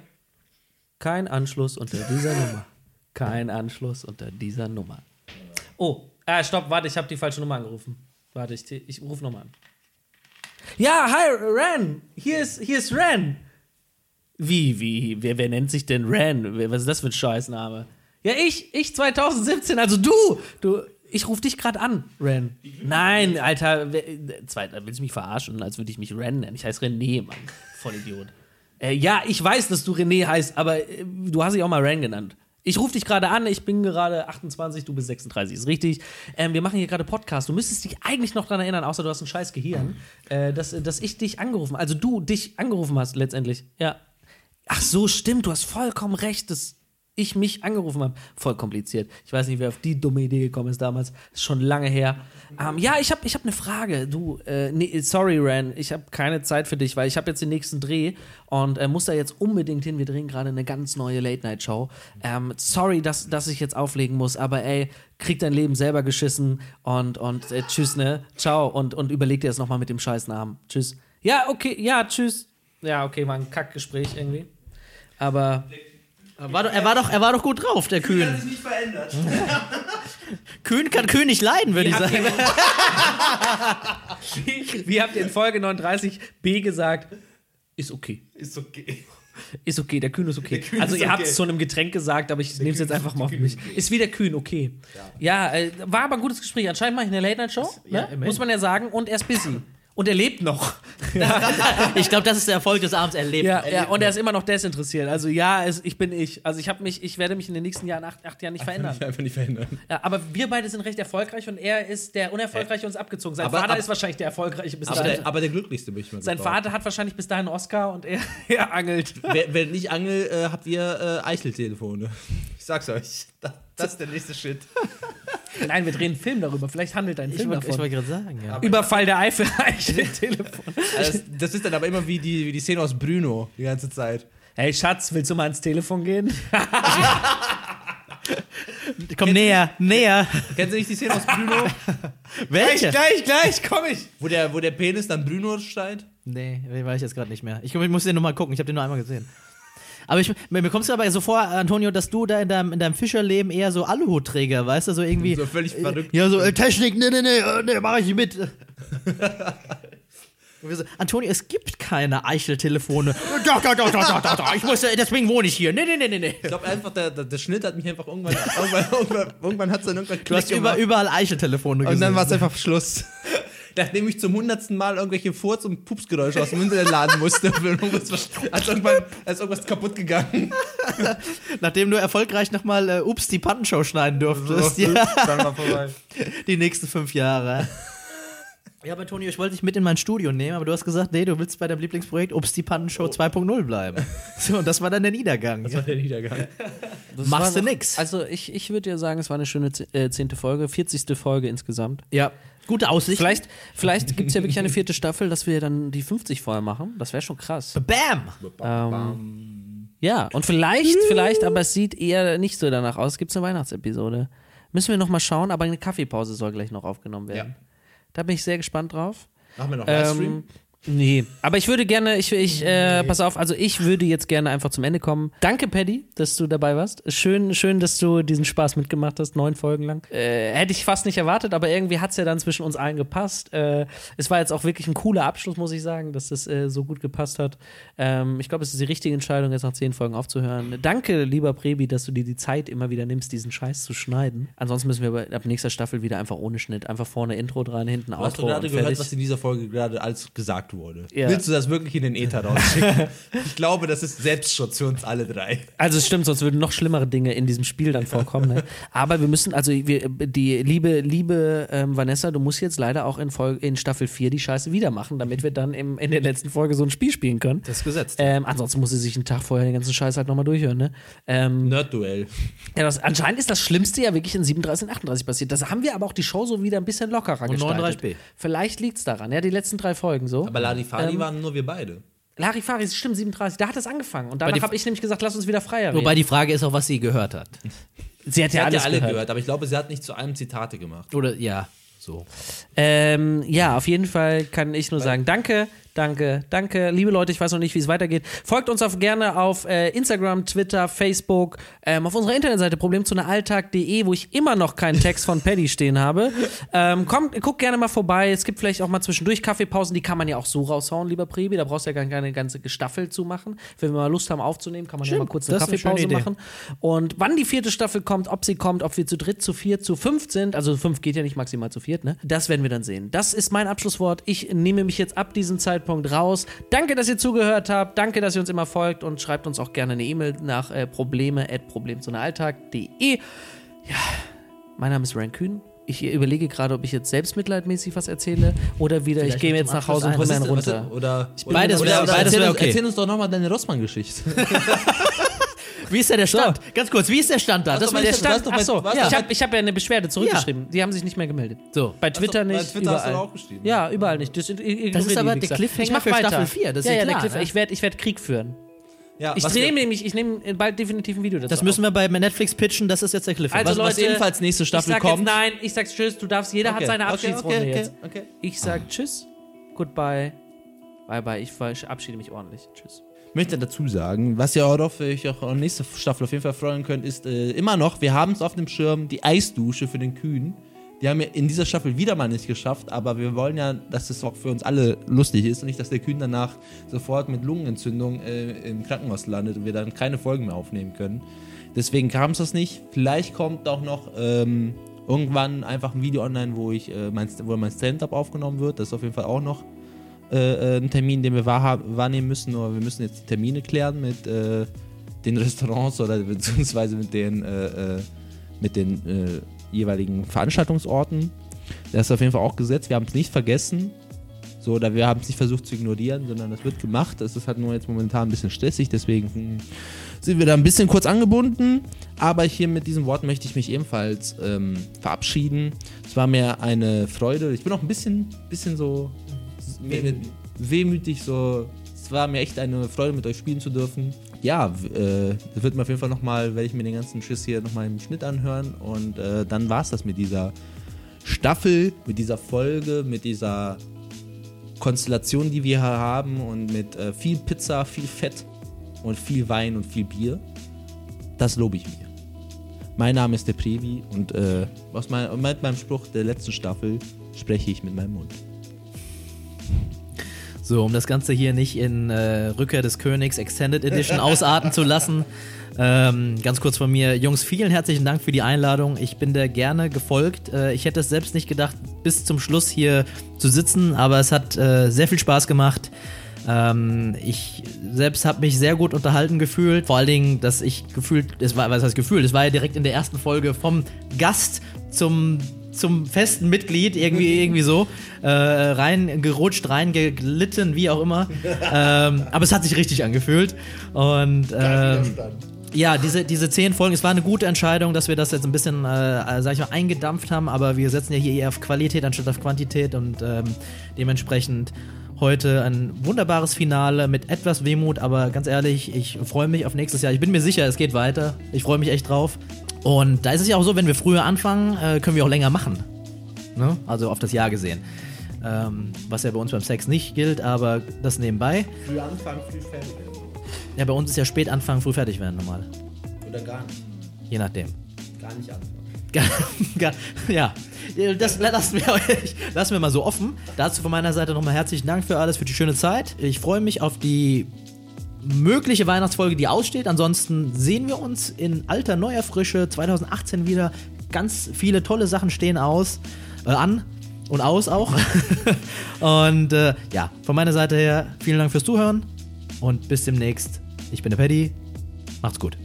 B: Kein Anschluss unter dieser Nummer. Kein Anschluss unter dieser Nummer. Oh, ah, stopp, warte, ich habe die falsche Nummer angerufen. Warte, ich, ich rufe nochmal an. Ja, hi, Ren. Hier ist, hier ist Ren. Wie, wie, wer, wer nennt sich denn Ren? Wer- Was ist das für ein Scheißname? Ja, ich, ich 2017, also du, du, ich rufe dich gerade an, Ren. Nein, Alter, wer, äh, zweit, willst du mich verarschen, als würde ich mich Ren nennen? Ich heiße René, Mann, Vollidiot. Äh, ja, ich weiß, dass du René heißt, aber äh, du hast dich auch mal Ren genannt. Ich rufe dich gerade an, ich bin gerade 28, du bist 36, ist richtig. Ähm, wir machen hier gerade Podcast. Du müsstest dich eigentlich noch daran erinnern, außer du hast ein scheiß Gehirn, äh, dass, dass ich dich angerufen, also du dich angerufen hast letztendlich. Ja, Ach so, stimmt, du hast vollkommen recht, dass ich mich angerufen habe. Voll kompliziert. Ich weiß nicht, wer auf die dumme Idee gekommen ist damals. Ist schon lange her. Ähm, ja, ich habe ich hab eine Frage. Du, äh, nee, sorry, Ren, ich habe keine Zeit für dich, weil ich habe jetzt den nächsten Dreh und äh, muss da jetzt unbedingt hin. Wir drehen gerade eine ganz neue Late-Night-Show. Ähm, sorry, dass, dass ich jetzt auflegen muss, aber ey, krieg dein Leben selber geschissen und, und äh, tschüss, ne? Ciao und, und überleg dir das nochmal mit dem Scheißnamen. Tschüss. Ja, okay, ja, tschüss. Ja, okay, war ein Kackgespräch irgendwie. Aber
A: Er war, doch, er, war doch, er war doch gut drauf, der Kühn. hat sich nicht
B: Hm?
A: verändert. Kühn kann Kühn nicht leiden, würde ich
B: habt
A: sagen.
B: wie, wie habt ihr in Folge 39b gesagt? Ist okay. Ist okay. Ist okay, der Kühn ist okay. also ihr habt es zu einem Getränk gesagt, aber ich nehme es jetzt einfach mal auf mich. Ist wie der Kühn, okay. Ja, äh, war aber ein gutes Gespräch. Anscheinend mache ich eine Late-Night-Show, ne? muss man ja sagen. Und er ist busy. Und er lebt noch.
A: Ich glaube, das ist der Erfolg des Abends erlebt.
B: Ja, ja, und er ist immer noch desinteressiert. Also ja, es, ich bin ich. Also ich habe mich, ich werde mich in den nächsten Jahren, acht, acht Jahren nicht verändern.
C: Einfach nicht verhindern.
B: Ja, aber wir beide sind recht erfolgreich und er ist der unerfolgreiche uns abgezogen. Sein
C: Aber-
B: Vater
C: aber-
B: ist wahrscheinlich der erfolgreiche bis
C: Aber
B: dahin.
C: der, aber der glücklichste bin ich mal
B: also Sein
C: gebraucht.
B: Vater hat wahrscheinlich bis dahin einen Oscar und er, er angelt.
C: Wer, wer nicht angelt, äh, habt ihr äh, Eicheltelefone. Ich sag's euch. Das, das ist der nächste Shit.
B: Nein, wir drehen einen Film darüber. Vielleicht handelt ein
A: Ich
B: Film
A: wollte
B: davon.
A: gerade sagen, ja.
B: Überfall der Eifel Telefon.
C: Das, Also, das ist dann aber immer wie die, wie die Szene aus Bruno die ganze Zeit.
B: Hey Schatz, willst du mal ans Telefon gehen?
A: Komm näher, näher.
C: Kennst du nicht die Szene aus Bruno?
A: Welche?
C: gleich, gleich, komm ich. Wo der, wo der Penis dann Bruno schreit?
A: Nee, den weiß ich jetzt gerade nicht mehr. Ich, glaub, ich muss den nochmal gucken, ich habe den nur einmal gesehen. Aber ich, mir, mir kommst du aber so vor, Antonio, dass du da in deinem, in deinem Fischerleben eher so Aluhutträger, weißt du, so irgendwie.
C: So völlig verrückt.
A: Ja, so äh, Technik, nee, nee, nee, äh, nee, mach ich nicht mit. Und wir so, Antonio, es gibt keine Eicheltelefone. doch, doch, doch, doch, doch, doch, doch, ich muss, äh, deswegen wohne ich hier. Nee, nee, nee, nee, nee.
C: Ich glaube einfach, der, der, der Schnitt hat mich einfach irgendwann, irgendwann, irgendwann, irgendwann hat es dann irgendwann
A: Du hast
C: Klick
A: über,
C: gemacht.
A: überall Eicheltelefone gesehen.
C: und dann war es einfach Schluss. Nachdem ich zum hundertsten Mal irgendwelche Furz- und Pupsgeräusche aus dem Internet laden musste, für irgendwas, als irgendwann, als irgendwas kaputt gegangen.
A: Nachdem du erfolgreich nochmal äh, Ups, die Pantenshow schneiden durftest. ja.
C: Dann war vorbei.
A: Die nächsten fünf Jahre. Ja, aber Toni, ich wollte dich mit in mein Studio nehmen, aber du hast gesagt, nee, du willst bei deinem Lieblingsprojekt Obst die Pannenshow 2.0 bleiben. So, und das war dann der Niedergang. Oh. Das war der Niedergang. Machst du
B: war noch-
A: nix.
B: Also ich, ich würde ja sagen, es war eine schöne ze- äh, zehnte Folge, 40. Folge insgesamt.
A: ja, gute Aussicht.
B: Vielleicht, vielleicht gibt es ja wirklich eine vierte Staffel, dass wir dann die 50 vorher machen. Das wäre schon krass.
A: Bam!
B: Ähm, ja, und vielleicht, vielleicht, aber es sieht eher nicht so danach aus, gibt es eine Weihnachtsepisode. Müssen wir nochmal schauen, aber eine Kaffeepause soll gleich noch aufgenommen werden. Da bin ich sehr gespannt drauf.
C: Machen wir noch
B: Ähm, nee, aber ich würde gerne, ich, ich äh, pass auf, also ich würde jetzt gerne einfach zum Ende kommen. Danke, Paddy, dass du dabei warst. Schön, schön, dass du diesen Spaß mitgemacht hast, neun Folgen lang. Äh, hätte ich fast nicht erwartet, aber irgendwie hat es ja dann zwischen uns allen gepasst. Äh, es war jetzt auch wirklich ein cooler Abschluss, muss ich sagen, dass das äh, so gut gepasst hat. Ähm, ich glaube, es ist die richtige Entscheidung, jetzt nach zehn Folgen aufzuhören. Danke, lieber Prebi, dass du dir die Zeit immer wieder nimmst, diesen Scheiß zu schneiden. Ansonsten müssen wir aber ab nächster Staffel wieder einfach ohne Schnitt, einfach vorne Intro dran, hinten Outro.
C: Hast du
B: und
C: gerade gehört,
B: fertig.
C: was in dieser Folge gerade alles gesagt wurde?
B: Ja.
C: Willst du das wirklich in den Äther rausschicken? ich glaube, das ist Selbstschutz für uns alle drei.
B: Also es stimmt, sonst würden noch schlimmere Dinge in diesem Spiel dann vorkommen. Ne? Aber wir müssen, also wir, die liebe, liebe ähm, Vanessa, du musst jetzt leider auch in, Folge, in Staffel 4 die Scheiße wieder machen, damit wir dann im, in der letzten Folge so ein Spiel spielen können.
A: Das ist gesetzt.
C: Äh,
B: Ähm, ansonsten muss sie sich einen Tag vorher den ganzen Scheiß halt nochmal durchhören. Ne? Ähm,
C: Nerd-Duell.
B: ja, das, anscheinend ist das Schlimmste ja wirklich in 37 und 38 passiert. Das haben wir aber auch die Show so wieder ein bisschen lockerer und gestaltet.
A: 39b.
B: Vielleicht liegt es daran, ja, die letzten drei Folgen so.
C: Aber Larifari
B: Ähm,
C: waren nur wir beide.
B: Larifari, stimmt, 37, da hat es angefangen. Und danach
A: die-
B: habe ich nämlich gesagt, lass uns wieder freier reden.
A: Wobei die Frage ist auch, was sie gehört hat.
B: sie hat
C: Sie
B: ja
C: hat
B: alles
C: ja alle gehört.
B: gehört.
C: aber ich glaube, sie hat nicht zu allem Zitate gemacht.
A: Oder, ja, so.
B: Ähm, ja, auf jeden Fall kann ich nur sagen, danke, danke, danke. Liebe Leute, ich weiß noch nicht, wie es weitergeht. Folgt uns auf, gerne auf äh, Instagram, Twitter, Facebook, ähm, auf unserer Internetseite problemzunealltag.de, wo ich immer noch keinen Text von Paddy stehen habe. Ähm, kommt, guckt gerne mal vorbei. Es gibt vielleicht auch mal zwischendurch Kaffeepausen, die kann man ja auch so raushauen, lieber Prebi. Da brauchst du ja gar keine ganze Gestaffel zu machen. Wenn wir mal Lust haben aufzunehmen, kann man ja mal kurz eine
A: das ist eine schöne Idee.
B: Kaffeepause machen. Und wann die vierte Staffel kommt, ob sie kommt, ob wir zu dritt, zu viert, zu fünf sind, also fünf geht ja nicht maximal zu viert, ne? Das werden wir dann sehen. Das ist mein Abschlusswort. Ich nehme mich jetzt ab diesem Zeitpunkt raus. Danke, dass ihr zugehört habt. Danke, dass ihr uns immer folgt und schreibt uns auch gerne eine E-Mail nach äh, probleme.problemzonealltag.de. Ja, mein Name ist Ryan Kühn. Ich überlege gerade, ob ich jetzt selbstmitleidmäßig was erzähle oder wieder, ich gehe jetzt nach Hause und hole
C: Was
B: mir einen
C: ist- was ist-
B: runter.
C: Oder, oder,
A: Beides
C: oder,
A: wär-
C: oder
A: beides
C: erzähl,
A: wär
C: uns-
A: okay.
C: erzähl uns doch nochmal deine Rossmann-Geschichte.
A: Wie ist denn der Stand? Ganz kurz, wie ist der Stand da?
C: Hast
A: Das
C: du
A: war
C: mal-
A: der
C: hast du-
A: Stand.
C: hast du-
B: Ach so,
C: Was-
B: ich habe ich hab ja eine Beschwerde zurückgeschrieben. Die haben sich nicht mehr gemeldet.
A: So.
B: Bei Twitter
C: Hast du-
B: nicht.
C: bei Twitter
B: überall.
C: hast du doch auch geschrieben.
B: Ja, überall nicht. Das, ignoriert
A: Das ist
B: die
A: aber der
B: Wichser.
A: Cliffhanger
B: ich mach
A: für
B: weiter.
A: Staffel vier, das ist
B: ja,
A: ja
B: ja,
A: klar,
B: Der Cliff,
A: ne?
B: Ich werde ich werd Krieg führen.
C: Ja,
B: Ich
C: was
B: nehme
C: wir-
B: nämlich, ich nehme bald definitiv ein Video dazu.
A: Das müssen wir bei Netflix pitchen, das ist jetzt der Cliffhanger.
B: Also,
A: Was-
B: Leute,
A: was ebenfalls-
C: als nächste
B: ich
C: Staffel
B: sag
C: kommt.
B: jetzt nein, ich sag tschüss, du darfst, jeder
C: Okay,
B: hat seine
C: okay,
B: Abschiedsrunde
C: okay, okay,
B: jetzt.
C: okay.
B: Ich sag tschüss, goodbye, bye bye, ich verabschiede mich ordentlich. Tschüss.
C: möchte dazu sagen, was ihr auch auf euch auch auf nächste Staffel auf jeden Fall freuen könnt, ist äh, immer noch, wir haben es auf dem Schirm, die Eisdusche für den Kühn. Die haben wir in dieser Staffel wieder mal nicht geschafft, aber wir wollen ja, dass es auch für uns alle lustig ist und nicht, dass der Kühn danach sofort mit Lungenentzündung äh, im Krankenhaus landet und wir dann keine Folgen mehr aufnehmen können. Deswegen kam es das nicht. Vielleicht kommt auch noch ähm, irgendwann einfach ein Video online, wo ich äh, mein, wo mein Stand-up aufgenommen wird. Das ist auf jeden Fall auch noch äh, äh, einen Termin, den wir wahrha- wahrnehmen müssen, oder wir müssen jetzt Termine klären mit äh, den Restaurants oder beziehungsweise mit den, äh, äh, mit den äh, jeweiligen Veranstaltungsorten. Das ist auf jeden Fall auch gesetzt. Wir haben es nicht vergessen. So, oder wir haben es nicht versucht zu ignorieren, sondern das wird gemacht. Es ist halt nur jetzt momentan ein bisschen stressig, deswegen hm, sind wir da ein bisschen kurz angebunden. Aber hier mit diesen Worten möchte ich mich ebenfalls ähm, verabschieden. Es war mir eine Freude. Ich bin auch ein bisschen, bisschen so wehmütig so. Es war mir echt eine Freude, mit euch spielen zu dürfen. ja, w- äh, das wird mir auf jeden Fall nochmal, werde ich mir den ganzen Schiss hier nochmal im Schnitt anhören. Und äh, dann war es das mit dieser Staffel, mit dieser Folge, mit dieser Konstellation, die wir hier haben. Und mit äh, viel Pizza, viel Fett und viel Wein und viel Bier. Das lobe ich mir. Mein Name ist der Previ und äh, aus mein, mit meinem Spruch der letzten Staffel spreche ich mit meinem Mund.
A: So, um das Ganze hier nicht in äh, Rückkehr des Königs Extended Edition ausarten zu lassen. Ähm, ganz kurz von mir. Jungs, vielen herzlichen Dank für die Einladung. Ich bin der gerne gefolgt. Äh, ich hätte es selbst nicht gedacht, bis zum Schluss hier zu sitzen, aber es hat äh, sehr viel Spaß gemacht. Ähm, ich selbst habe mich sehr gut unterhalten gefühlt. Vor allen Dingen, dass ich gefühlt, es war, was heißt gefühlt, es war ja direkt in der ersten Folge vom Gast zum zum festen Mitglied, irgendwie, irgendwie so, äh, rein gerutscht, rein geglitten, wie auch immer. ähm, aber es hat sich richtig angefühlt. Und ähm, ja, diese, diese zehn Folgen, es war eine gute Entscheidung, dass wir das jetzt ein bisschen, äh, sag ich mal, eingedampft haben, aber wir setzen ja hier eher auf Qualität anstatt auf Quantität und ähm, dementsprechend heute ein wunderbares Finale mit etwas Wehmut, aber ganz ehrlich, ich freue mich auf nächstes Jahr. Ich bin mir sicher, es geht weiter. Ich freue mich echt drauf. Und da ist es ja auch so, wenn wir früher anfangen, äh, können wir auch länger machen. Ne? Also auf das Jahr gesehen. Ähm, was ja bei uns beim Sex nicht gilt, aber das nebenbei.
F: Früh anfangen, früh fertig werden.
A: Ja, bei uns ist ja spät anfangen, früh fertig werden normal.
F: Oder gar nicht.
A: Je nachdem.
F: Gar nicht anfangen.
A: Ga- ga- ja, das lassen wir, euch, lassen wir mal so offen. Dazu von meiner Seite nochmal herzlichen Dank für alles, für die schöne Zeit. Ich freue mich auf die mögliche Weihnachtsfolge, die aussteht. Ansonsten sehen wir uns in alter, neuer Frische 2018 wieder. Ganz viele tolle Sachen stehen aus, äh, an und aus auch. und äh, ja, von meiner Seite her, vielen Dank fürs Zuhören und bis demnächst. Ich bin der Paddy. Macht's gut.